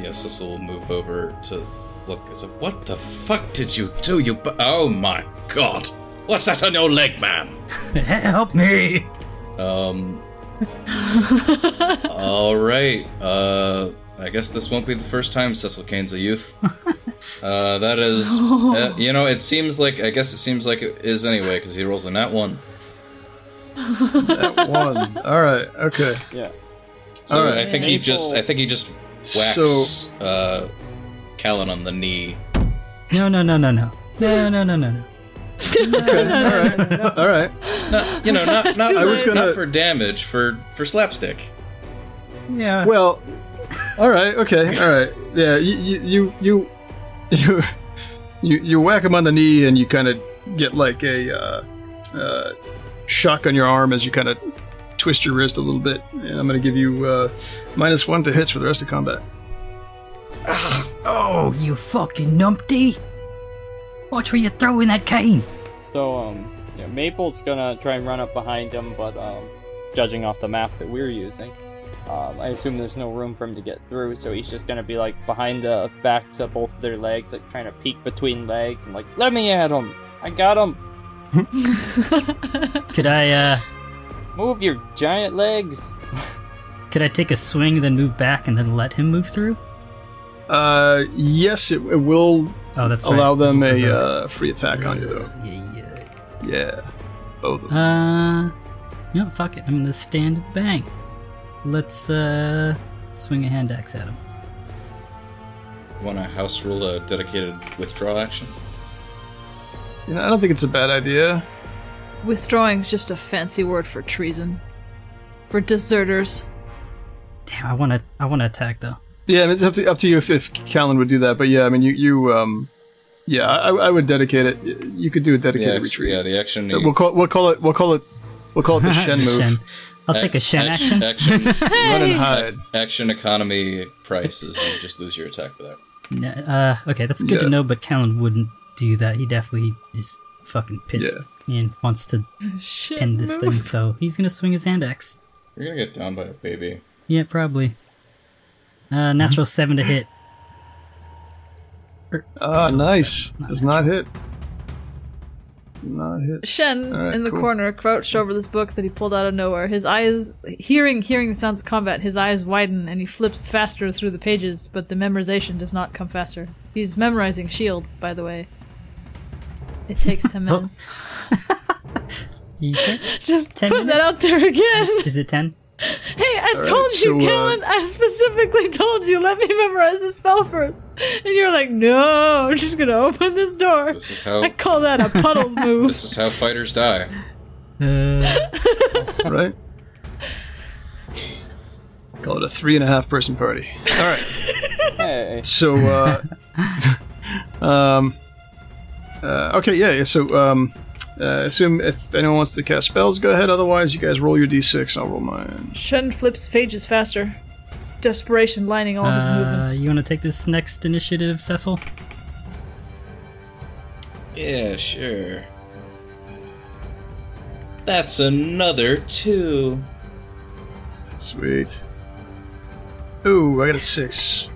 yeah, Cecil will move over to look. It's like, what the fuck did you do? You bu- oh my god! What's that on your leg, man?
Help me!
Um. all right. Uh, I guess this won't be the first time Cecil Kane's a youth. Uh, that is, uh, you know, it seems like I guess it seems like it is anyway because he rolls a nat one.
That one. All right. Okay.
Yeah.
So
All right.
I think he just, I think he just whacks uh, Callan on the knee.
No, no, no, no, no, no, no, no, no. no.
All right.
Not, you know, not not,
I was
not
gonna-
for damage, for for slapstick.
Yeah.
Well, all right, okay, all right, yeah. You you you you you, you whack him on the knee, and you kind of get like a uh, uh, shock on your arm as you kind of twist your wrist a little bit. And I'm going to give you uh, minus one to hits for the rest of combat.
oh, you fucking numpty! Watch where you throw in that cane.
So um, yeah, Maple's gonna try and run up behind him, but um, judging off the map that we're using, um, I assume there's no room for him to get through. So he's just gonna be like behind the backs of both of their legs, like trying to peek between legs and like, let me at him. I got him.
Could I uh,
Move your giant legs.
could I take a swing, then move back, and then let him move through?
Uh, yes, it, it will
Oh, that's right.
allow them a
Provoke.
uh, free attack on you, though.
Yeah, yeah.
Yeah, both of them.
Uh, no, fuck it. I'm gonna stand bang. Let's uh swing a hand axe at him.
Want to house rule a dedicated withdraw action?
You know, I don't think it's a bad idea.
Withdrawing's just a fancy word for treason. For deserters.
Damn, I wanna, I wanna attack though.
Yeah, I mean, it's up to, up to you if, if Callan would do that, but yeah, I mean, you you um, Yeah, I, I would dedicate it. You could do a
The
dedicated
action,
retreat.
yeah, the action.
We'll call we'll call it we'll call it we'll call it the Shen
The
move.
Shen. I'll take a
Ac-
Shen
ac-
action.
Action,
Run and
Hey!
hide.
action economy prices. You just lose your attack for that.
No, uh, okay, that's good
Yeah.
to know, but Callan wouldn't do that. He definitely is fucking pissed and wants to
Shit.
end this thing, so he's gonna swing his hand axe.
You're gonna get down by a baby.
Yeah, probably. Uh, natural 7 to hit.
Ah, nice. Does not hit. Not hit.
Shen
All right,
in the
cool.
corner crouched over this book that he pulled out of nowhere. His eyes, hearing hearing the sounds of combat, his eyes widen and he flips faster through the pages, but the memorization does not come faster. He's memorizing shield, E by the way. It takes 10
Oh.
minutes.
You sure?
Just
10
put that
minutes?
out there again.
Is it 10?
Hey, I
All right,
told you,
so, uh,
Callan. I specifically told you, let me memorize the spell first. And you're like, no, I'm just gonna open this door.
This is how
I call that a puddles move.
this is how fighters die.
Uh,
Right. Call it a three and a half person party. All right.
Hey.
So, uh, um, uh, okay, yeah, yeah. So, um, uh, assume if anyone wants to cast spells, go ahead. Otherwise, you guys roll your d6, and I'll roll mine.
Shen flips pages faster, desperation lining all his
uh,
movements.
you want to take this next initiative, Cecil?
Yeah, sure. That's another two.
Sweet. Ooh, I got a six.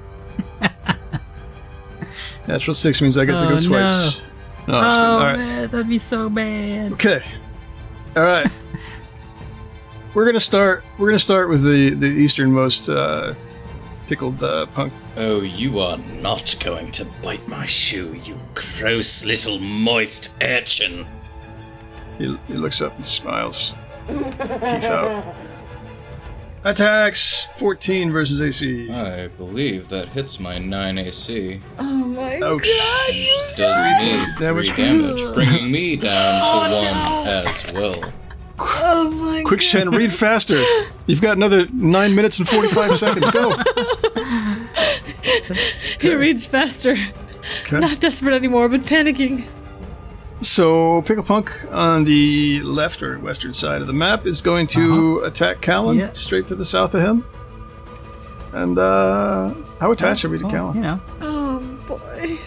Natural six means I get to
Oh,
go
no.
twice. No, I'm just kidding.
Oh,
All right.
man, that'd be so bad.
Okay. All right. we're gonna start. We're gonna start with the the easternmost uh, pickled uh, punk.
Oh, you are not going to bite my shoe, you gross little moist urchin.
He, he looks up and smiles, teeth out. Attacks 14 versus AC.
I believe that hits my 9 AC.
oh my
Ouch.
god, you
Does me
points of damage.
three
Oh,
damage, bringing me down to one as well.
Oh my
Quick,
god.
Shen, read faster. You've got another 9 minutes and 45 seconds. Go.
He reads faster.
Okay.
Not desperate anymore, but panicking.
So, Pickle Punk on the left or western side of the map is going to
Uh-huh.
attack Callan
Yeah.
straight to the south of him. And uh, how attached are we to
Well,
Callan?
Oh, You know,
Oh boy.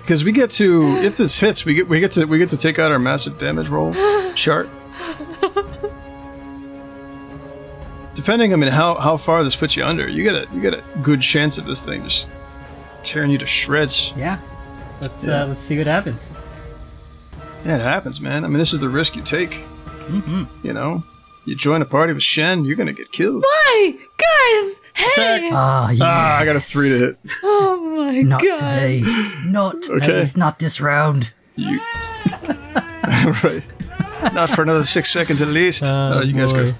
Because we get to, if this hits, we get we get to we get to take out our massive damage roll chart. Depending, I mean, how how far this puts you under, you get a you get a good chance of this thing just tearing you to shreds.
yeah. Let's,
Yeah.
Uh, let's see what happens.
Yeah, it happens, man. I mean, this is the risk you take.
hmm
You know, you join a party with Shen, you're gonna get killed.
Why? Guys! Hey!
Attack.
Ah,
Ah, I got a three to hit.
Oh my
Not
god.
today. Not. At
Okay.
least not this round.
You. right. Not for another six seconds at least.
Ah,
Oh, you guys go.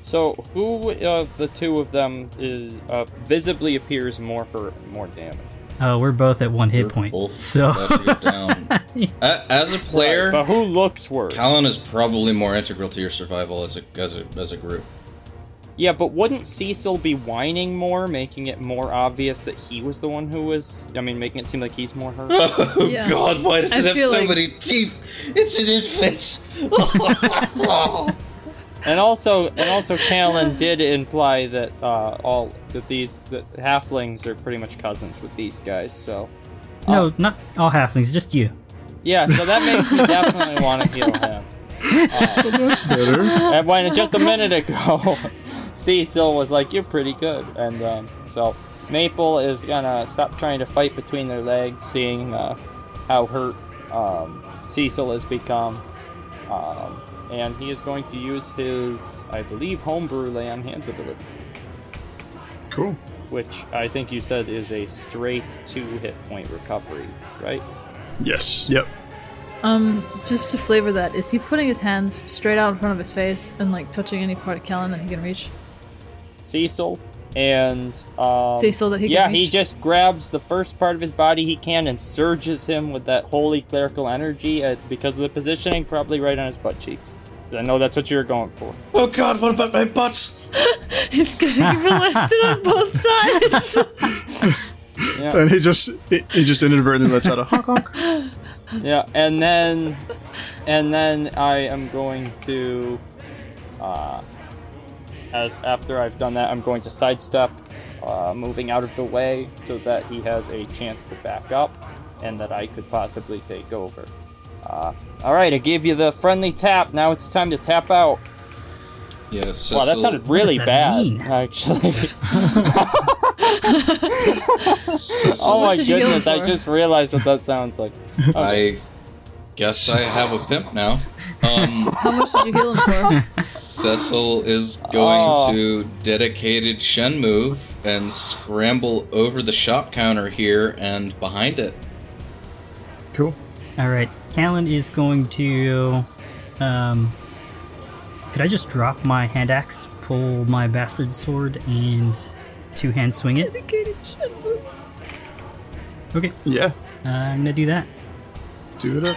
So who of the two of them is uh, visibly appears more for more damage?
Oh, we're both at one hit point.
Both
so
have to get down. A- As a player,
But who looks worse?
Callan is probably more integral to your survival as a as a, as a group.
yeah, but wouldn't Cecil be whining more, making it more obvious that he was the one who was? I mean, making it seem like he's more hurt.
Oh
Yeah.
God! Why does
I
it have
feel
so
like-
many teeth? It's an infant.
and also, and also, Callan did imply that uh, all that these that halflings are pretty much cousins with these guys. So
no, not all halflings, just you.
yeah, so that makes me definitely want to heal him.
That's better.
And when just a minute ago, Cecil was like, "You're pretty good," and um, so Maple is gonna stop trying to fight between their legs, seeing uh, how hurt um, Cecil has become, um, and he is going to use his, I believe, homebrew lay on hands ability,
Cool.
which I think you said is a straight two hit point recovery, right?
Yes. Yep.
Um, just to flavor that, is he putting his hands straight out in front of his face and like touching any part of Callan that he can reach?
Cecil and um,
Cecil that he can
yeah, he
reach?
just grabs the first part of his body he can and surges him with that holy clerical energy uh because of the positioning, probably right on his butt cheeks. I know that's what you were going for.
oh God! What about my butt?
He's getting molested on both sides.
Yeah.
and he just he, he just inadvertently lets out a honk honk.
Yeah, and then, and then I am going to, uh, as after I've done that, I'm going to sidestep, uh, moving out of the way so that he has a chance to back up, and that I could possibly take over. Uh, all right, I gave you the friendly tap. Now it's time to tap out.
Yeah, Cecil.
Wow, that sounded really
that
bad,
mean?
actually.
Cecil,
oh my
much did you go
goodness, I
for?
just realized what that sounds like.
I guess I have a pimp now. Um,
How much did you heal him for?
Cecil is going
Oh.
to dedicated Shen move and scramble over the shop counter here and behind it.
Cool.
All right, Callan is going to. Um, could I just drop my hand axe, pull my bastard sword, and two hand swing it? Okay,
Yeah,
uh, I'm gonna do that.
do it up.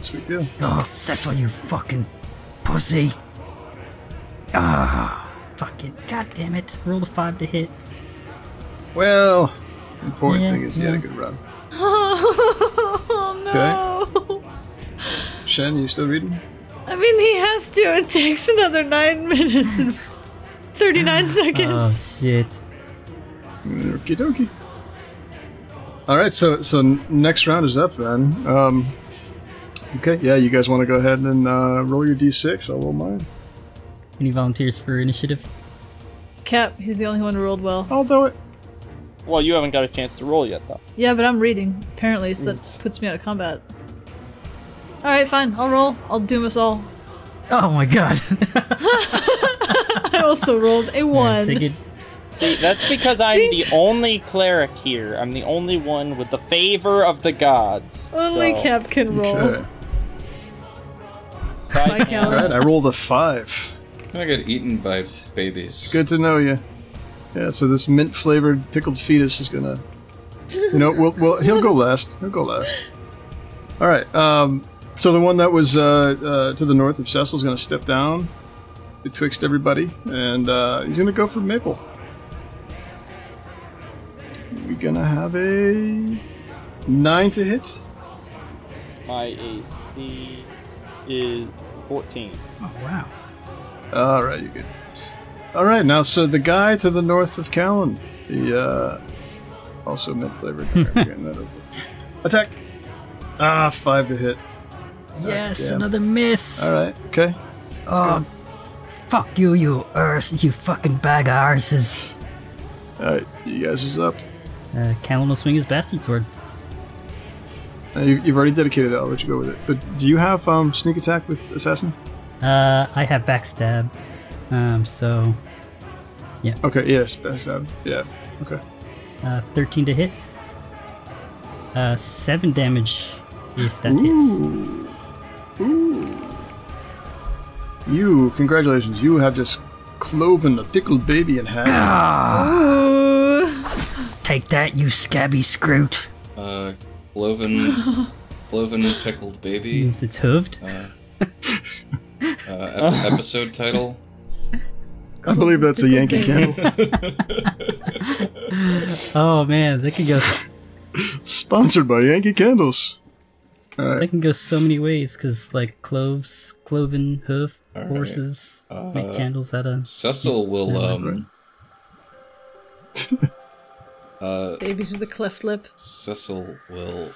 Sweet deal.
Oh, Cecil, you fucking pussy! Ah, fucking god damn it! Roll a five to hit.
Well, important
Yeah,
thing is you had a
yeah.
good run.
Oh, no.
Shen, you still reading?
I mean, he has to. It takes another 9 minutes and 39
Oh
seconds.
shit!
Okie dokie. All right, so so next round is up then. Um, okay, yeah, you guys want to go ahead and uh, roll your d6? I will mine.
Any volunteers for initiative?
Cap, he's the only one who rolled well.
I'll do it.
Well, you haven't got a chance to roll yet, though.
Yeah, but I'm reading, apparently, so that puts me out of combat. Alright, fine. I'll roll. I'll doom us all.
Oh my god!
I also rolled a
That's a
one.
good-
See, that's because I'm the only cleric here. I'm the only one with the favor of the gods.
Only
so,
Cap can roll.
Okay.
by hand.
All right, I rolled a five.
I get eaten by babies.
Good to know you. Yeah, so this mint flavored pickled fetus is gonna, you know, we'll, we'll, he'll go last. He'll go last. All right. Um, so the one that was uh, uh, to the north of Cecil is gonna step down betwixt everybody, and uh, he's gonna go for Maple. We're gonna have a nine to hit.
My AC is 14.
oh wow!
All right, you're good. All right, now so the guy to the north of Callan, the uh, also mint flavored. All right, we're getting that over. Attack! Ah, five to hit.
Yes,
damn.
another miss.
All right, okay.
Oh, fuck you, you arse, you fucking bag of arses.
All right, you guys is up.
Uh, Callan will swing his bastard sword.
Uh, you, you've already dedicated it. I'll let you go with it. But do you have um, sneak attack with assassin?
Uh, I have backstab. Um, so,
Okay, yes, that's um, yeah. Okay,
uh, 13 to hit. Uh, 7 damage if that hits.
Ooh. Ooh. You, congratulations! You have just cloven a pickled baby in half.
Take that, you scabby scroot.
Uh, cloven, cloven and pickled baby.
Means it's hooved.
Uh, ep- episode title.
I believe that's a Yankee candle.
Oh man, that can go,
Sponsored by Yankee Candles.
that can go so many ways, cause like cloves, cloven hoof,
Alright.
horses, make
Uh,
candles out of.
Cecil will um. uh,
Babies with a cleft lip.
Cecil will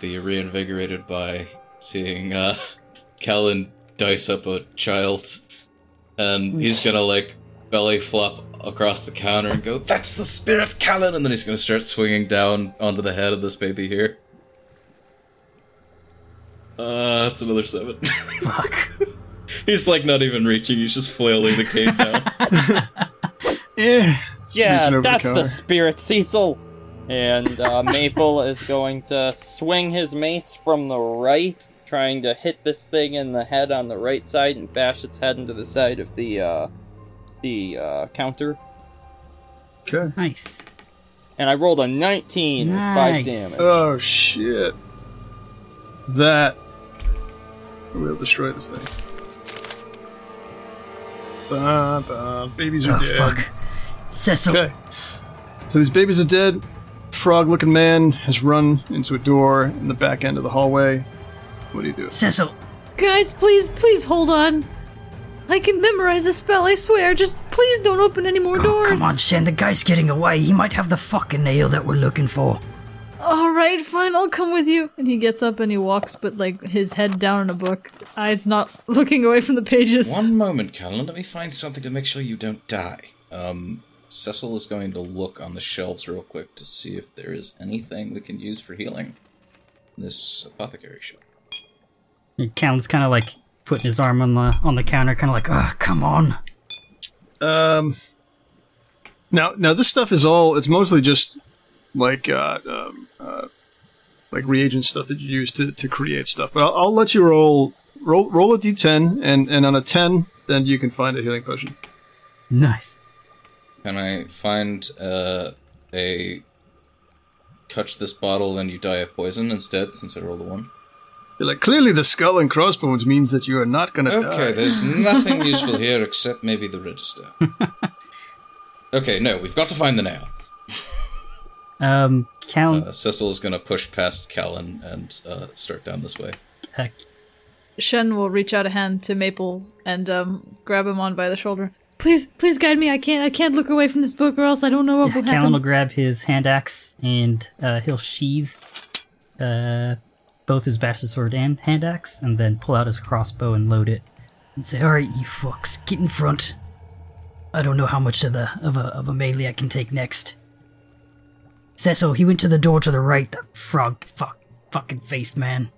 be reinvigorated by seeing uh Callan dice up a child and he's gonna like belly flop across the counter and go, That's the spirit, Callan and then he's gonna start swinging down onto the head of this baby here. Uh that's another seven.
Fuck.
he's like not even reaching, he's just flailing the cave now.
Yeah.
Yeah,
reaching over the
that's the
counter.
spirit, Cecil! And uh, Maple is going to swing his mace from the right, trying to hit this thing in the head on the right side and bash its head into the side of the uh, the uh, counter.
Okay.
Nice.
And I rolled a 19
Nice.
with 5 damage.
Oh shit. That will destroy this thing. Bah, bah, Babies are
Oh
dead.
fuck. Cecil,
Okay. So these babies are dead. Frog looking man has run into a door in the back end of the hallway. What do you do?
Cecil,
Guys, please, please hold on. I can memorize the spell, I swear. Just please don't open any more
oh,
doors.
come on, Shen. The guy's getting away. He might have the fucking nail that we're looking for.
All right, fine, I'll come with you. And he gets up and he walks, but like his head down in a book, eyes not looking away from the pages.
One moment, Cullen. Let me find something to make sure you don't die. Um, Cecil is going to look on the shelves real quick to see if there is anything we can use for healing. in This apothecary shop.
And Callan's kind of like putting his arm on the on the counter, kind of like, oh, come on.
Um, now, now this stuff is all. It's mostly just like uh, um, uh, like reagent stuff that you use to, to create stuff. But I'll, I'll let you roll roll roll a d10, and and on a ten, then you can find a healing potion.
Nice.
Can I find uh, a touch this bottle and you die of poison instead? Since I rolled a one.
You're like clearly the skull and crossbones means that you are not gonna
Okay,
die.
there's nothing useful here except maybe the register. okay, no, we've got to find the nail.
Um, Callan,
Uh, Cecil is going to push past Callan and uh, start down this way.
uh,
Shen will reach out a hand to Maple and um, grab him on by the shoulder. Please, please guide me. I can't, I can't look away from this book, or else I don't know what
yeah,
will
Callan
happen.
will grab his hand axe and uh, he'll sheathe uh, both his bastard sword and hand axe, and then pull out his crossbow and load it, and say, "All right, you fucks, get in front. I don't know how much of the of a of a melee I can take next." Cecil, he went to the door to the right. That frog, fuck, fucking faced man.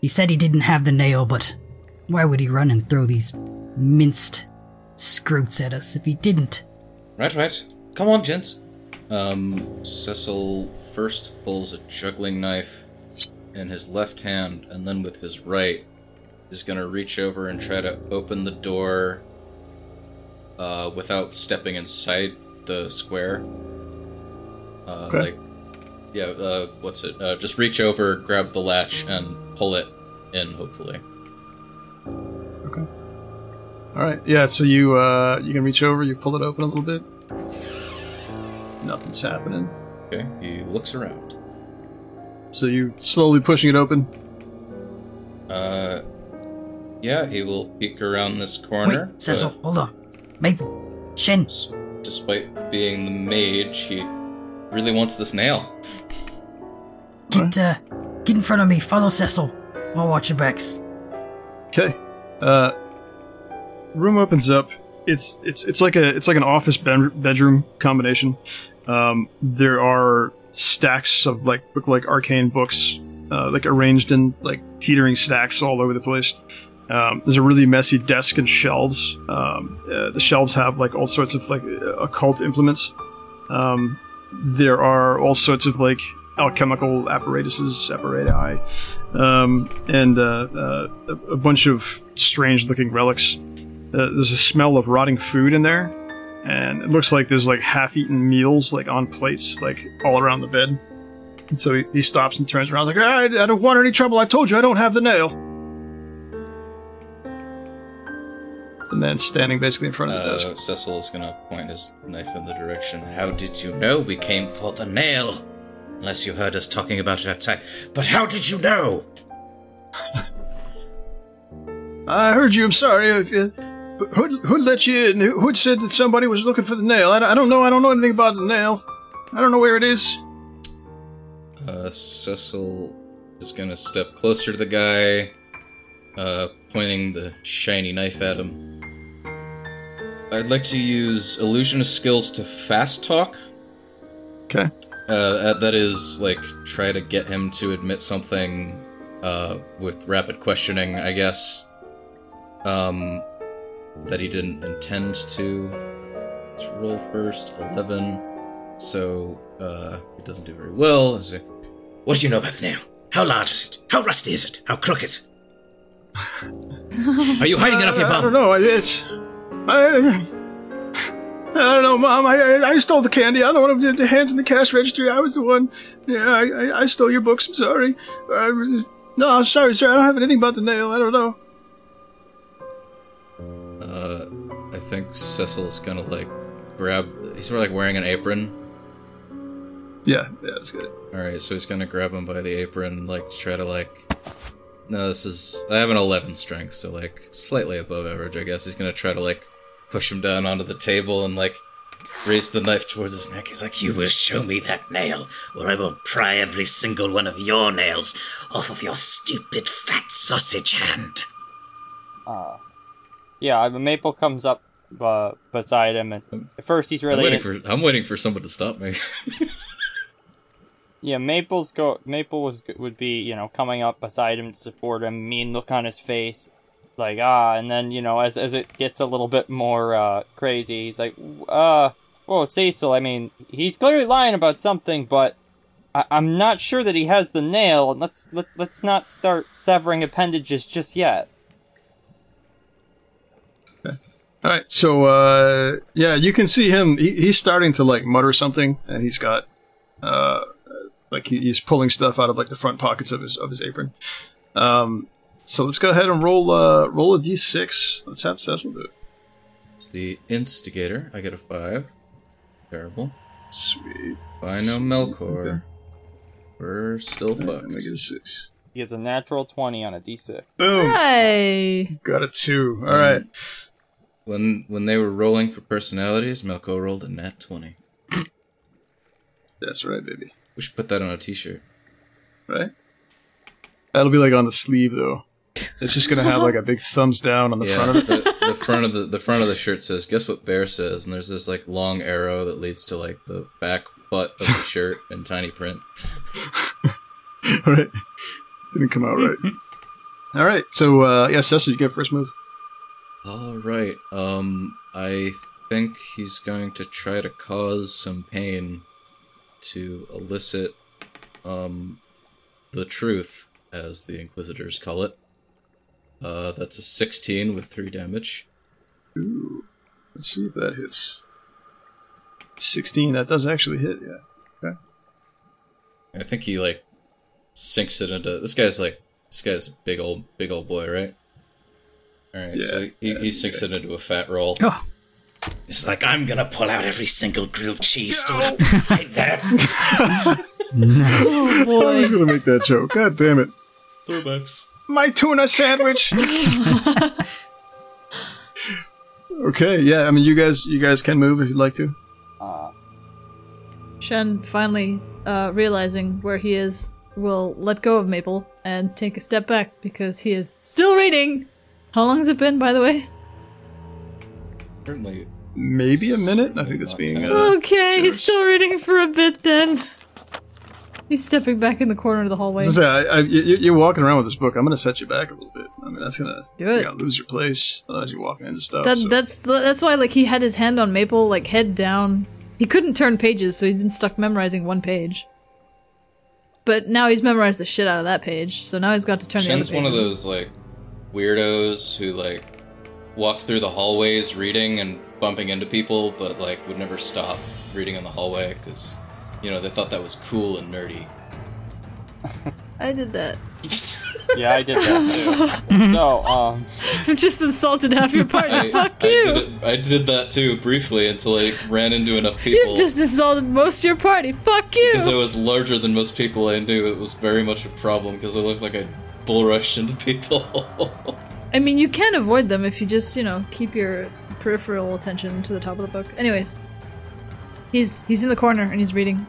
He said he didn't have the nail, but why would he run and throw these minced scroats at us if he didn't?
Right, right. Come on, gents. Um, Cecil first pulls a juggling knife in his left hand, and then with his right, is going to reach over and try to open the door uh, without stepping inside the square. Uh,
Okay.
Like, yeah, uh, what's it? Uh, just reach over, grab the latch, and pull it in, hopefully.
All right. Yeah. So you uh, you can reach over, you pull it open a little bit. Nothing's happening.
Okay, he looks around.
So you slowly pushing it open.
Uh, yeah, he will peek around this corner.
Wait, Cecil,
but
hold on. Maple, Shin,
s- despite being the mage, he really wants this nail.
get uh, get in front of me. Follow Cecil. I'll watch your backs.
Okay. Uh, room opens up. It's it's it's like a it's like an office bed- bedroom combination. Um, there are stacks of like look like arcane books, uh, like arranged in like teetering stacks all over the place. Um, there's a really messy desk and shelves. Um, uh, the shelves have like all sorts of like uh, occult implements. Um, there are all sorts of like alchemical apparatuses, apparati, um, and uh, uh, a, a bunch of strange looking relics. Uh, there's a smell of rotting food in there, and it looks like there's like half eaten meals like on plates like all around the bed. And so he, he stops and turns around like, "Ah, I, I don't want any trouble. I told you I don't have the nail. The man's standing basically in front of the desk.
Uh, Cecil is gonna point his knife in the direction.
How did you know we came for the nail? Unless you heard us talking about it outside. But how did you know?
I heard you. I'm sorry. If you, who who let you in? Who who said that somebody was looking for the nail? I, don't- I don't know. I don't know anything about the nail. I don't know where it is.
Uh, Cecil is gonna step closer to the guy, uh, pointing the shiny knife at him. I'd like to use illusionist skills to fast talk.
Okay.
Uh, that- that is like try to get him to admit something uh, with rapid questioning, I guess. Um, that he didn't intend to. Let's roll first. Eleven. So uh, it doesn't do very well. It's a-
What do you know about the nail? How large is it? How rusty is it? How crooked? Are you hiding it up your
I, I don't
bum?
know. I- It's. I, I don't know, Mom. I, I I stole the candy. I don't want to the hands in the cash register. I was the one. Yeah, I, I, I stole your books. I'm sorry. I, was- no, I'm sorry, sir. I don't have anything about the nail. I don't know.
Uh, I think Cecil's gonna like grab. He's sort of like wearing an apron,
Yeah, yeah, that's good.
All right, so he's gonna grab him by the apron, and, like try to like. No, this is. I have an 11 strength, so like slightly above average, I guess. He's gonna try to like push him down onto the table and like raise the knife towards his neck.
He's like, You will show me that nail, or I will pry every single one of your nails off of your stupid fat sausage hand.
Uh, yeah, Maple comes up uh, beside him, and at first he's
I'm
really
waiting for. I'm waiting for someone to stop me.
yeah. Maple's go Maple was would be you know coming up beside him to support him. Mean look on his face, like ah, and then you know as as it gets a little bit more uh, crazy, he's like uh, whoa Cecil. I mean, he's clearly lying about something, but. I- I'm not sure that he has the nail. Let's let, let's not start severing appendages just yet.
All right, so uh, yeah, you can see him. He, he's starting to like mutter something, and he's got uh, like he, he's pulling stuff out of like the front pockets of his of his apron. Um, so let's go ahead and roll uh, roll a d6. Let's have Cecil do it.
it's the instigator. I get a five. Terrible.
Sweet.
Bino Melkor.
Okay.
We're still
All right,
fucked.
I get a six.
He has a natural twenty on a d6.
Boom.
Hi.
Got a two. All right.
When when they were rolling for personalities, Melkor rolled a nat 20.
That's right, baby.
We should put that on a t-shirt.
Right. That'll be like on the sleeve though. It's just gonna have like a big thumbs down on the
yeah,
front of it.
the, the front of the the front of the shirt says, "Guess what bear says?" And there's this like long arrow that leads to like the back butt of the shirt in tiny print.
All right. Didn't come out right. All right. So uh, yeah, Cecil, you get first move.
All right. Um, I think he's going to try to cause some pain to elicit um the truth, as the inquisitors call it. Uh, that's a 16 with three damage.
Ooh. Let's see if that hits. 16. That does actually hit, yeah.
I think he like sinks it into this guy's like this guy's a big old big old boy, right? All right, so
Yeah,
he, he sinks it into a fat roll.
Oh,
It's like, I'm gonna pull out every single grilled cheese stored up inside there.
nice.
Oh
I was
boy.
going to make that joke. God damn it.
Four bucks.
My tuna sandwich. okay, yeah. I mean, you guys you guys can move if you'd like to.
Uh,
Shen, finally uh, realizing where he is, will let go of Maple and take a step back because he is still reading. How long has it been, by the way?
Certainly.
Maybe a minute. I think that's being uh,
Okay,
Cheers.
he's still reading for a bit then. He's stepping back in the corner of the hallway.
As I say, I, I, you- you're walking around with this book. I'm going to set you back a little bit. I mean, that's going to
Do it.
You're going to lose your place. Otherwise, you're walking into stuff.
That,
so-
That's that's why like he had his hand on Maple, like head down. He couldn't turn pages, so he'd been stuck memorizing one page. But now he's memorized the shit out of that page, so now he's got to turn the
Shen's
other
one of
page.
those like weirdos who like walk through the hallways reading and bumping into people, but like would never stop reading in the hallway because you know they thought that was cool and nerdy.
I did that.
yeah, I did that too. so, um,
I've just insulted half your party.
I,
Fuck
I
you.
Did it, I did that too briefly until I ran into enough people.
You've just insulted most of your party. Fuck you.
Because I was larger than most people I knew, it was very much a problem because I looked like I bull rushed into people.
I mean, you can avoid them if you just, you know, keep your peripheral attention to the top of the book. Anyways, he's he's in the corner and he's reading.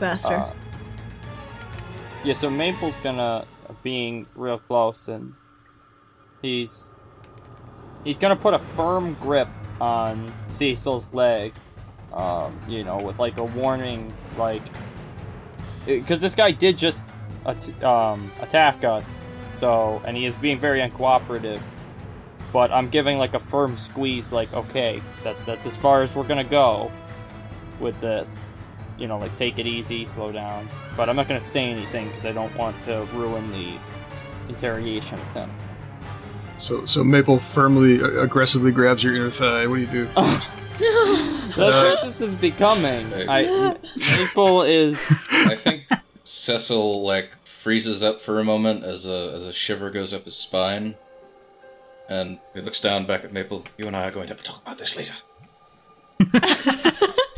Bastard.
uh, yeah, so Maple's gonna being real close, and he's he's gonna put a firm grip on Cecil's leg, um, you know, with like a warning, like because this guy did just at- um, attack us, so and he is being very uncooperative. But I'm giving like a firm squeeze, like okay, that that's as far as we're gonna go with this you know, like take it easy, slow down. But I'm not gonna say anything because I don't want to ruin the interrogation attempt.
So, so Maple firmly, uh, aggressively grabs your inner thigh. What do you do?
That's what this is becoming. I, Maple is
I think Cecil like freezes up for a moment as a as a shiver goes up his spine, and he looks down back at Maple.
You and I are going to have a talk about this later.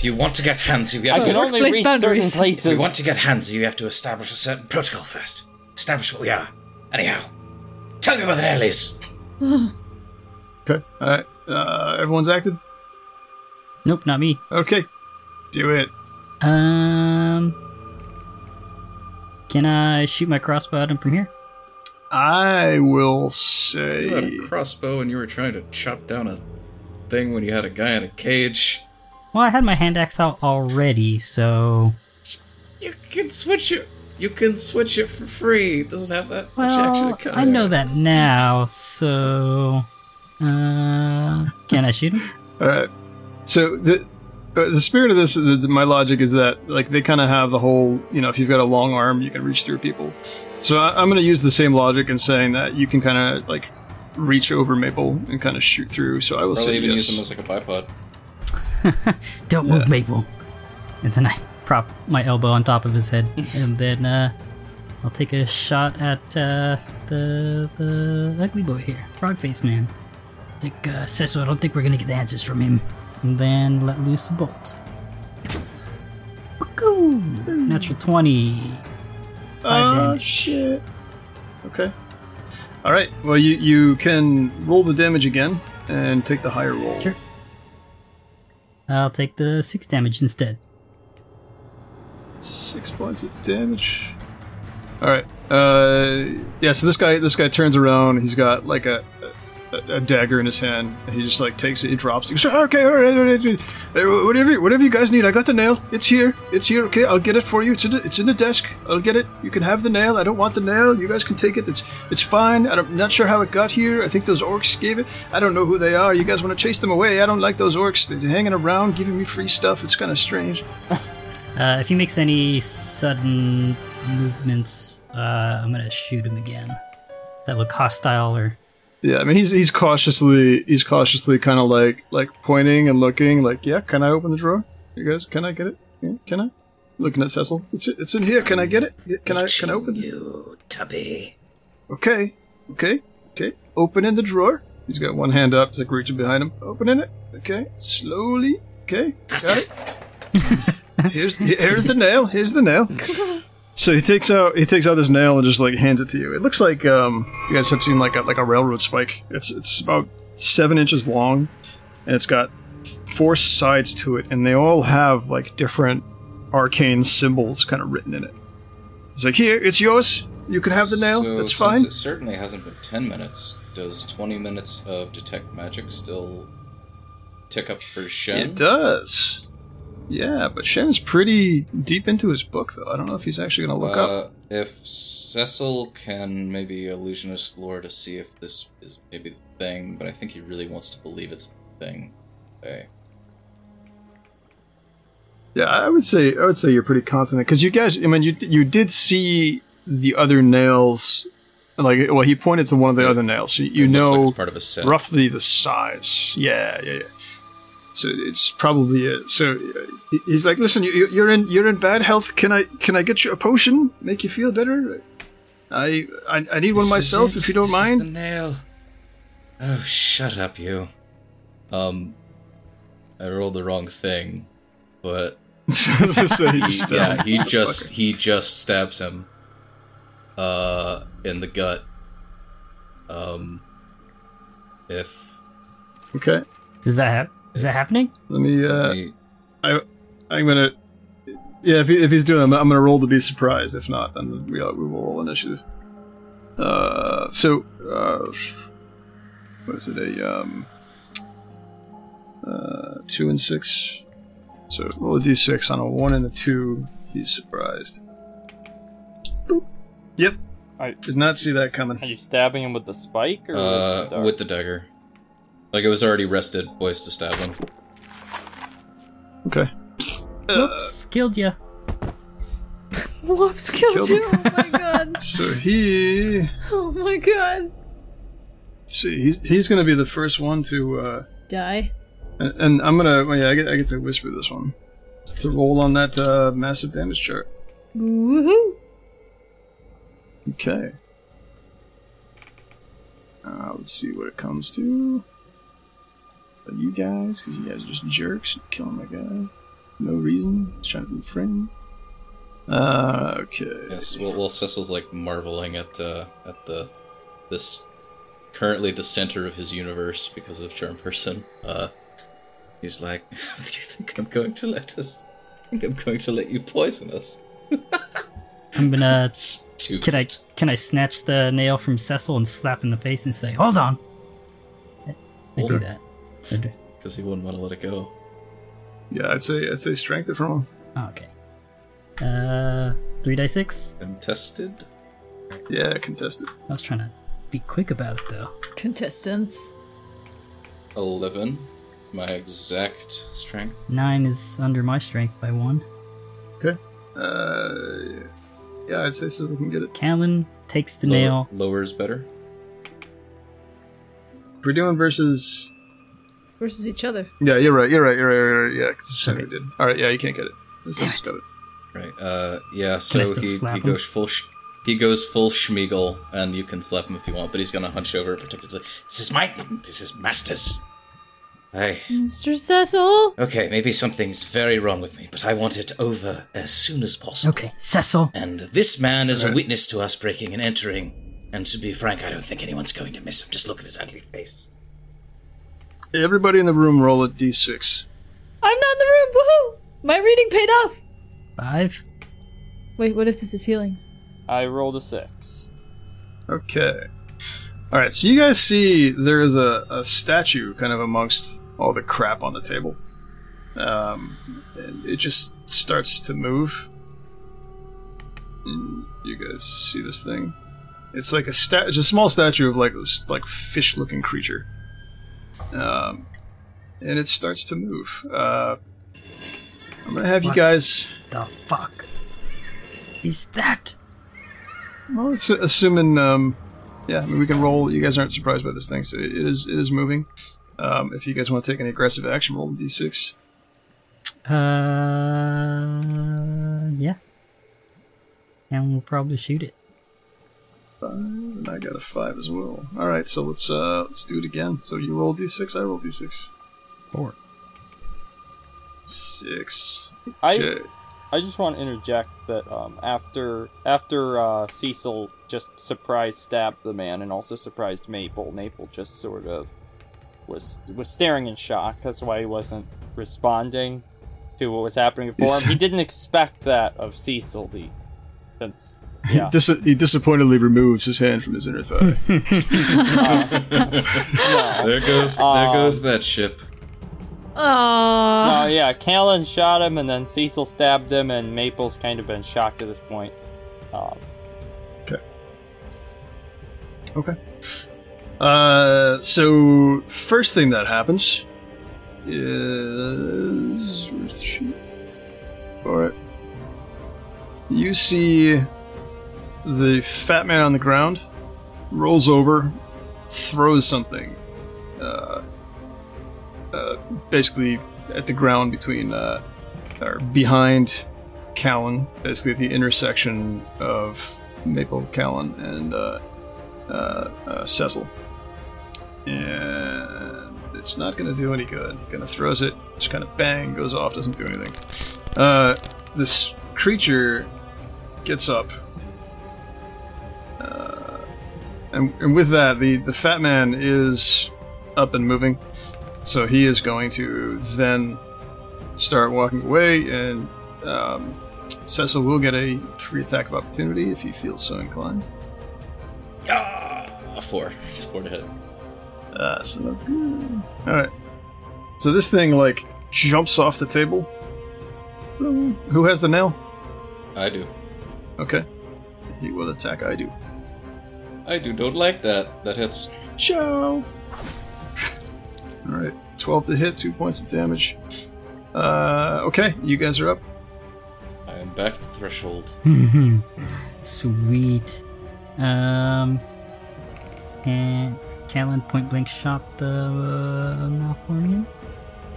If you want to get handsy, we
I
have
can
to.
only
workplace
reach
boundaries.
certain
If we
places.
want to get handsy, you have to establish a certain protocol first. Establish what we are. Anyhow, tell me where the nail is.
Okay. All right. Uh, everyone's acted.
Nope, not me.
Okay. Do it.
Um, can I shoot my crossbow at him from here?
I will
You had
say.
a crossbow and you were trying to chop down a thing when you had a guy in a cage.
Well, I had my hand axe out already, so
You can switch it. You can switch it for free. It doesn't have that much action
well,
to come.
I know that now. So, uh, can I shoot him?
All right. So the uh, the spirit of this, the, the- my logic is that like they kind of have the whole, you know, if you've got a long arm, you can reach through people. So I, I'm going to use the same logic in saying that you can kind of like reach over Maple and kind of shoot through. So I will
Probably
say
even
yes.
use them as like a bipod.
Don't move, Maple. And then I prop my elbow on top of his head, and then uh, I'll take a shot at uh, the the ugly boy here, frog face man. I think uh, Cecil. I don't think we're gonna get the answers from him. And then let loose a bolt. Woo-hoo! Natural twenty. five
Oh
damage.
shit. Okay. All right. Well, you you can roll the damage again and take the higher roll.
Sure. I'll take the six damage instead.
Six points of damage. All right. Uh, yeah. So this guy, this guy turns around. He's got like a, a, a dagger in his hand. And he just like takes it. He drops. it. He goes, okay. All right. All right, all right. Hey, wh- Whatever. Whatever you guys need. I got the nail. It's here. It's here. Okay. I'll get it for you. It's in the, it's in the desk. I'll get it. You can have the nail. I don't want the nail. You guys can take it. It's it's fine. I don't- I'm not sure how it got here. I think those orcs gave it. I don't know who they are. You guys want to chase them away? I don't like those orcs. They're hanging around, giving me free stuff. It's kind of strange.
Uh, if he makes any sudden movements, uh, I'm gonna shoot him again. That look hostile or
Yeah, I mean he's he's cautiously he's cautiously kind of like like pointing and looking like yeah can I open the drawer you guys can I get it Yeah, can I looking at Cecil it's it's in here can I get it Yeah, can I can I open it
You tubby.
okay okay okay open in the drawer he's got one hand up he's like reaching behind him opening it okay slowly okay got
Faster.
it here's the, here's the nail here's the nail so he takes out he takes out this nail and just like hands it to you it looks like um you guys have seen like a like a railroad spike it's it's about seven inches long and it's got four sides to it and they all have like different arcane symbols kind of written in it it's like here it's yours you can have the nail
So,
that's
since
fine
It certainly hasn't been ten minutes. Does twenty minutes of detect magic still tick up for Shen?
It does. Yeah, but Shen's pretty deep into his book, though. I don't know if he's actually going to look up.
Uh, if Cecil can maybe illusionist lore to see if this is maybe the thing, but I think he really wants to believe it's the thing. Okay.
Yeah, I would say I would say you're pretty confident because you guys. I mean, you you did see the other nails. Like, well, he pointed to one of the other nails, so you
It looks like
know
it's part of a set.
roughly the size. Yeah, yeah, yeah. So it's probably it. So uh, he- he's like, "Listen, you, you're in you're in bad health. Can I can I get you a potion? Make you feel better? I I, I need
This
one
is
myself
it.
if you don't
This is
mind."
the nail. Oh, shut up, you. Um, I rolled the wrong thing, but
So
he-
he just
yeah,
stabbed
he
the
just
fucker.
he just stabs him, uh, in the gut. Um, if
Okay,
does that hap- is that happening?
let me. Uh,
he-
I'm gonna. Yeah, if, he, if he's doing, it, I'm, I'm gonna roll to be surprised. If not, then we are, we will roll initiative. Uh, so uh, what is it? A um, uh, two and six. So roll a d6 on a one and a two. He's surprised. Boop. Yep.
I-
did not see that
Are
coming.
you stabbing him with the spike or
Uh,
with the dart?
with the dagger. Like it was already rested, boys to stab him.
Okay. Uh,
Whoops, killed ya.
Whoops, killed,
Killed
you. Oh my god.
So he
Oh my god.
see he's, he's gonna be the first one to. Uh,
Die.
And, and I'm gonna. Well, yeah, I get, I get to whisper this one to roll on that uh, massive damage chart.
Woohoo!
Okay. Uh, let's see what it comes to. But you guys, because you guys are just jerks, you're killing my guy. no reason. He's trying to be friendly. Uh, okay.
Yes, well, well Cecil's like marveling at uh, at the this currently the center of his universe because of Charm Person. Uh, he's like, "Do you think I'm going to let us? I think I'm going to let you poison us?"
I'm gonna.
Stupid.
Can I can I snatch the nail from Cecil and slap in the face and say, "Hold on"? I- I
Hold
do
on.
that. I do-
Because he wouldn't want to let it go.
Yeah, I'd say I'd say strength it from him.
oh, okay. Uh, three die six.
Contested.
Yeah, contested.
I was trying to be quick about it though.
Contestants.
Eleven. My exact strength.
Nine is under my strength by one.
Uh, yeah, I'd say Sizzle can get it.
Callan takes the
Lower-
nail.
Lower is better.
We're doing versus.
Versus each other.
Yeah, you're right. You're right. You're right. You're right. Yeah, 'cause it's
Okay.
Cecil did. All right. Yeah, you can't get it. Cecil's got it.
Right. Uh. Yeah.
I
So
still
he,
slap
he
him?
goes full. Sh- he goes full Schmiegel, and you can slap him if you want, but he's gonna hunch over particularly.
This is my. This is Masters. I.
Mr. Cecil!
Okay, maybe something's very wrong with me, but I want it over as soon as possible.
Okay, Cecil.
And this man is a
Right.
witness to us breaking and entering. And to be frank, I don't think anyone's going to miss him. Just look at his ugly face.
Everybody in the room, roll a d6.
I'm not in the room! Woohoo! My reading paid off!
Five.
Wait, what if this is healing?
I rolled a six.
Okay. All right. So you guys see there is a, a statue kind of amongst all the crap on the table, um, and it just starts to move. And you guys see this thing? It's like a stat. It's a small statue of like this like fish-looking creature, um, and it starts to move. Uh, I'm gonna have
What?
you guys.
The fuck is that?
Well, it's assuming, um, yeah, I mean, we can roll. You guys aren't surprised by this thing, so it is it is moving. Um, if you guys want to take any aggressive action, roll the d6.
Uh, yeah. And we'll probably shoot it.
Five, and I got a five as well. All right, so let's uh let's do it again. So you roll d6, I roll d6.
Four.
Six.
I
Okay.
I just want to interject that um, after after uh, Cecil just surprise stabbed the man and also surprised Maple, Maple just sort of was was staring in shock. That's why he wasn't responding to what was happening before
He's-
him. He didn't expect that of Cecil. The since yeah,
Dis- he disappointingly removes his hand from his inner thigh.
no,
There goes. There
Um,
goes that ship.
no,
Aww.
Oh, yeah. Callan shot him, and then Cecil stabbed him, and Maple's kind of been shocked at this point. Um,
Okay. Uh, so first thing that happens is where's the sheet? All right. You see the fat man on the ground rolls over, throws something, uh, uh, basically at the ground between uh, or behind Callan, basically at the intersection of Maple Callan and uh, uh, uh, Cecil. And it's not going to do any good. Kind of throws it, just kind of bang, goes off, doesn't do anything. Uh, this creature gets up. Uh, and, and with that, the, the fat man is up and moving. So he is going to then start walking away, and um, Cecil will get a free attack of opportunity if he feels so inclined.
Yeah. Four. It's four to hit.
Uh, so All right. So this thing like jumps off the table. Who has the nail?
I do.
Okay. He will attack. I do.
I do. Don't like that. That hits.
Ciao. All right. Twelve to hit. Two points of damage. Uh, okay. You guys are up.
I am back at the threshold.
Sweet. Um. And Callan point blank shot the uh, Malformian.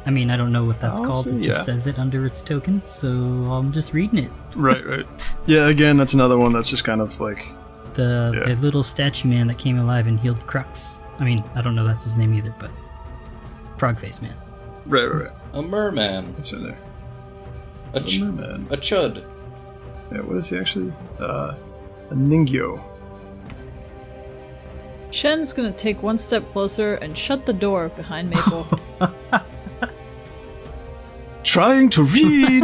I mean, I don't know what that's
I'll
called.
say,
it just
yeah.
says it under its token, so I'm just reading it.
Right. Right. Yeah. Again, that's another one that's just kind of like.
The
Yeah.
the little statue man that came alive and healed Crux. I mean, I don't know that's his name either, but Frogface man.
Right. Right. right.
A merman.
It's in there.
A, ch-
The merman.
a chud.
Yeah, what is he actually? Uh, a ningyo.
Shen's gonna take one step closer and shut the door behind Maple.
Trying to read.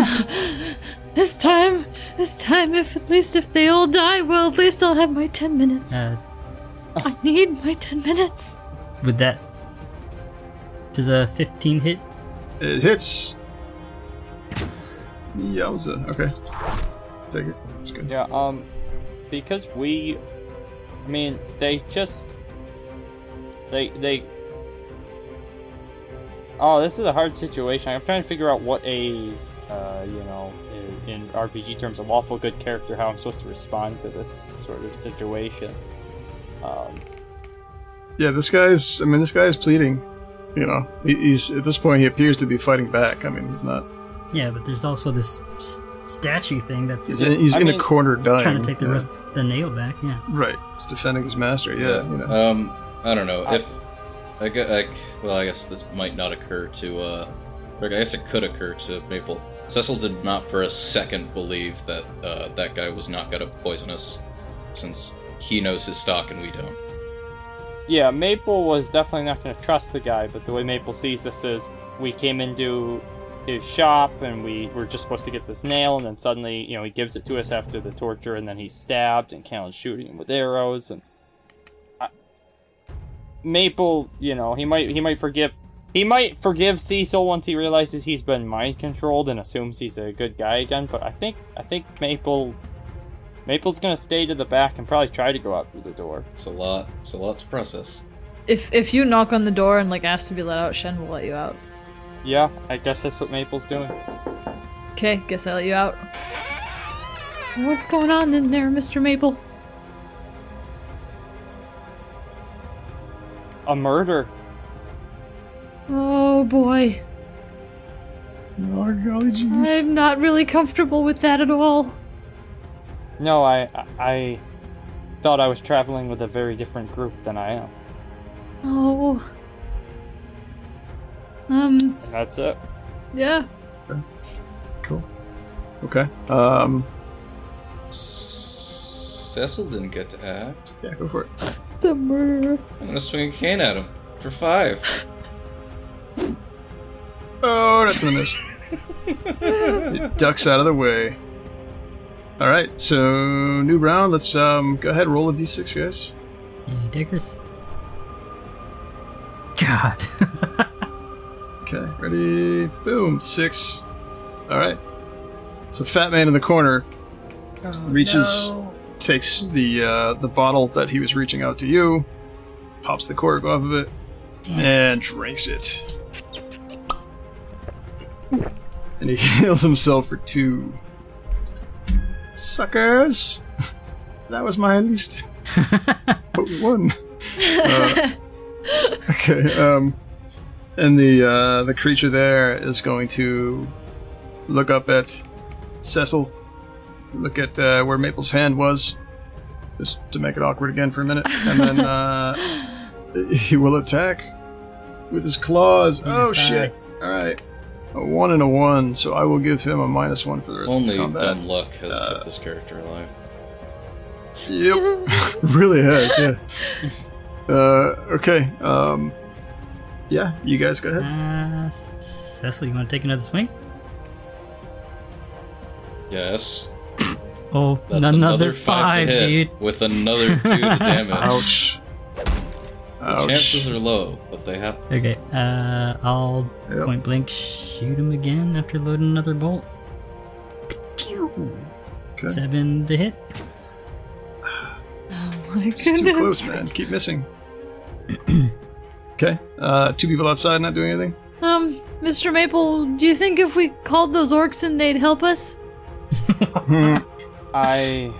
this time, this time, if at least if they all die, well, at least I'll have my ten minutes.
Uh,
I need my ten minutes.
with that, does a 15 hit?
it hits. Yowza. Okay. Take it. That's good.
Yeah, um, because we, I mean, they just, they, they. Oh, this is a hard situation. I'm trying to figure out what a, uh, you know, i- in RPG terms, a lawful good character, how I'm supposed to respond to this sort of situation. Um,
Yeah, this guy's. I mean, this guy's pleading. You know, he, he's at this point. He appears to be fighting back. I mean, he's not.
Yeah, but there's also this s- statue thing that's
He's in, he's
I
in
mean,
a corner dying.
trying to take the
yeah.
rest the nail back. Yeah.
Right. He's defending his master. Yeah. You know.
Um, I don't know if I, gu- I c- well, I guess this might not occur to uh, or I guess it could occur to Maple. Cecil did not for a second believe that uh, that guy was not gonna poison us, since he knows his stock and we don't.
yeah, Maple was definitely not going to trust the guy, but the way Maple sees this is we came into his shop and we were just supposed to get this nail, and then suddenly, you know, he gives it to us after the torture, and then he's stabbed, and Callan's shooting him with arrows, and I- Maple, you know, he might he might forgive he might forgive Cecil once he realizes he's been mind controlled and assumes he's a good guy again, but I think I think Maple Maple's gonna stay to the back and probably try to go out through the door.
It's a lot. It's a lot to process.
If if you knock on the door and like ask to be let out, Shen will let you out.
Yeah, I guess that's what Maple's doing.
Okay, guess I let you out. What's going on in there, Mr. Maple?
A murder.
Oh boy,
oh golly jeez.
I'm not really comfortable with that at all.
No, I, I I thought I was traveling with a very different group than I am.
Oh. Um,
And that's it.
yeah.
Cool. Okay. Um.
S- Cecil didn't get to act.
Yeah. Go for it.
The murderer.
I'm gonna swing a cane at him for five.
Oh, that's gonna miss. it ducks out of the way. All right. So new round. Let's um go ahead roll a d6, guys.
Any diggers? God.
Okay, ready? Boom, six. All right. So fat man in the corner
Oh,
reaches, takes the uh, the bottle that he was reaching out to you, pops the cork off of it, and drinks it. And he heals himself for two. Suckers! That was my least potent one. Uh, okay. Um, and the uh, the creature there is going to look up at Cecil, look at uh, where Maple's hand was, just to make it awkward again for a minute, and then uh, he will attack with his claws. Oh shit! All right, a one and a one, so I will give him a minus one for the rest
Only
of the
dumb
combat.
luck has
Uh,
kept this character alive.
Yep,
Oh
really has. Yeah. uh, okay. Um, yeah, you guys go ahead.
Uh, Cecil, you want to take another swing?
Yes,
Oh,
that's
another,
another
five,
to hit
dude.
with another two to damage.
Ouch. Ouch.
Chances are low, but they happen.
Okay, uh, I'll
Yep.
point blank shoot him again after loading another bolt.
Okay.
Seven to hit.
Oh my
It's
goodness.
too close, man. Keep missing. okay. Uh, two people outside not doing anything.
Um, Mr. Maple, do you think if we called those orcs in, they'd help us?
Hmm.
I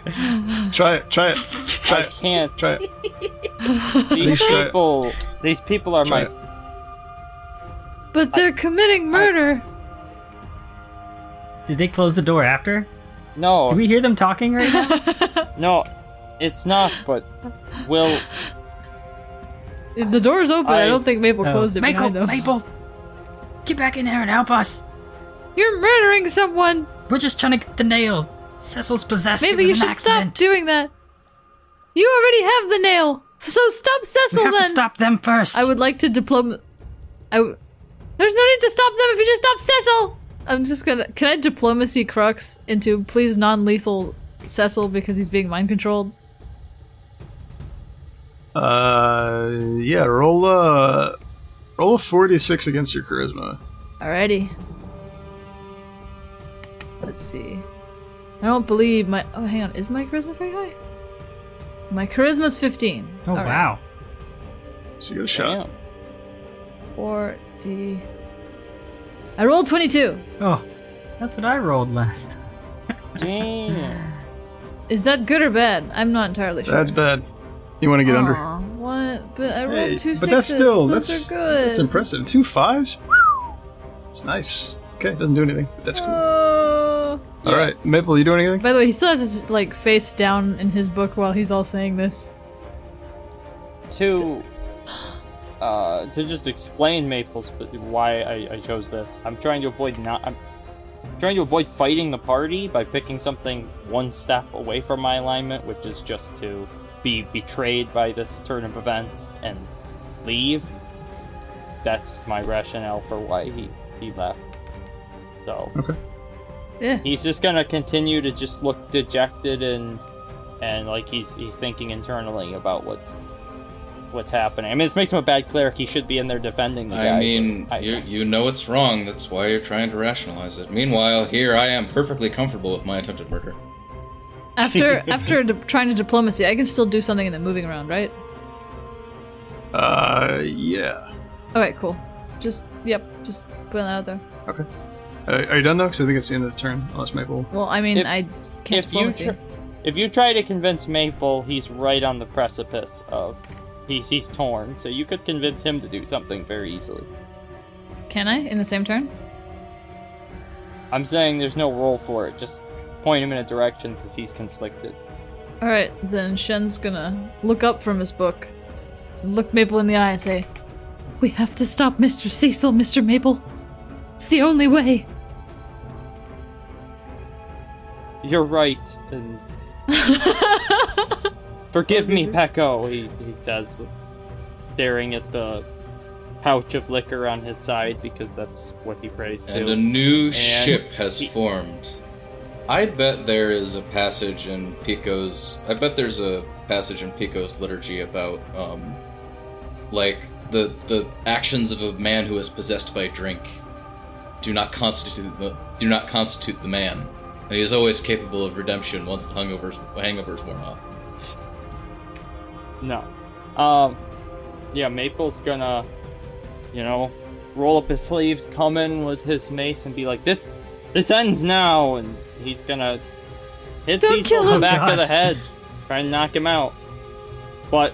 try it. Try it. Try
I
it.
can't.
Try it.
These
Please try it.
people. These people are
Try
my.
it.
But they're committing murder.
Did they close the door after?
No,
Do we hear them talking right now?
no, it's not. But will
the door's open. I,
I-
don't think Maple
Oh.
closed it
Michael,
behind them.
Maple, get back in there and help us.
You're murdering someone.
We're just trying to get the nail. Cecil's possessed.
Maybe
it
you
was
should
an accident.
stop doing that. You already have the nail, so stop
we
Cecil
have
then.
to stop them first.
I would like to diploma. I. W- There's no need to stop them if you just stop Cecil. I'm just gonna. Can I diplomacy Crux into please non-lethal Cecil because he's being mind controlled?
Uh, yeah, roll a roll a forty-six against your charisma.
Alrighty. Let's see. I don't believe my. Oh, hang on. Is my charisma very high? My charisma's 15.
oh
Alright.
wow.
So you get a shot.
Damn.
4D. I rolled 22.
Oh, that's what I rolled last.
Damn.
Is that good or bad? I'm not entirely sure.
That's bad. You want to get under?
Aw, What? But I rolled
Hey,
two sixes.
but that's still
Those
that's
are good.
That's impressive. Two fives. It's nice. Okay, doesn't do anything, but that's cool.
Oh.
All right, Maple, you doing anything?
By the way, he still has his like face down in his book while he's all saying this.
to uh, to just explain Maples but why I, I chose this. I'm trying to avoid not. I'm trying to avoid fighting the party by picking something one step away from my alignment, which is just to be betrayed by this turn of events and leave. That's my rationale for why he he left. So
Yeah.
he's just gonna continue to just look dejected and and like he's he's thinking internally about what's what's happening. I mean, this makes him a bad cleric. He should be in there defending the guy.
I mean,
I-
you you know it's wrong. That's why you're trying to rationalize it. Meanwhile, here I am perfectly comfortable with my attempted murder.
After after di- trying to diplomacy, I can still do something in the moving around, right?
Uh, yeah.
All right, cool. Just yep, just put that out there.
Are, are you done though? Because I think it's the end of the turn. Unless Maple.
Well, I mean,
If-
I can't
if you
diplomacy.
tr- if you try to convince Maple, he's right on the precipice of he's he's torn. So you could convince him to do something very easily.
Can I in the same turn?
I'm saying there's no role for it. Just point him in a direction because he's conflicted.
All right, then Shen's gonna look up from his book, and look Maple in the eye, and say, "We have to stop Mr. Cecil, Mr. Maple. It's the only way."
You're right, and forgive me, Pecco. He he does, staring at the pouch of liquor on his side because that's what he prays to.
And a new
And
ship has
he-
formed. I bet there is a passage in Pico's. I bet there's a passage in Pico's liturgy about, um, like the the actions of a man who is possessed by drink do not constitute the do not constitute the man, and he is always capable of redemption once the hungovers hangovers worn off.
No. Um, yeah, Maple's gonna, you know, roll up his sleeves, come in with his mace, and be like, "This, this ends now," and he's gonna hit
Don't
Cecil
kill
in the
him!
back
God.
of the head, try and knock him out. But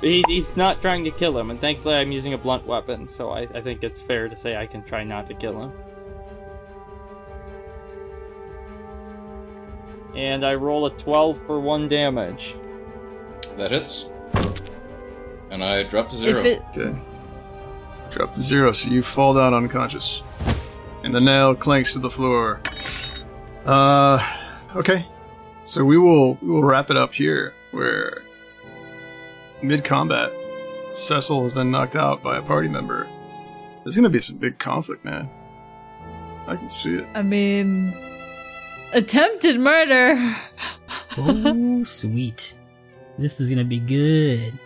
he's, he's not trying to kill him, and thankfully I'm using a blunt weapon, so I, I think it's fair to say I can try not to kill him. And I roll a 12 for one damage.
That hits, and I dropped a zero.
If it
Okay. Drop to zero, so you fall down unconscious, and the nail clanks to the floor. Uh, okay. So we will we will wrap it up here, where mid combat, Cecil has been knocked out by a party member. There's gonna be some big conflict, man. I can see it.
I mean, attempted murder.
Oh, sweet. This is gonna be good.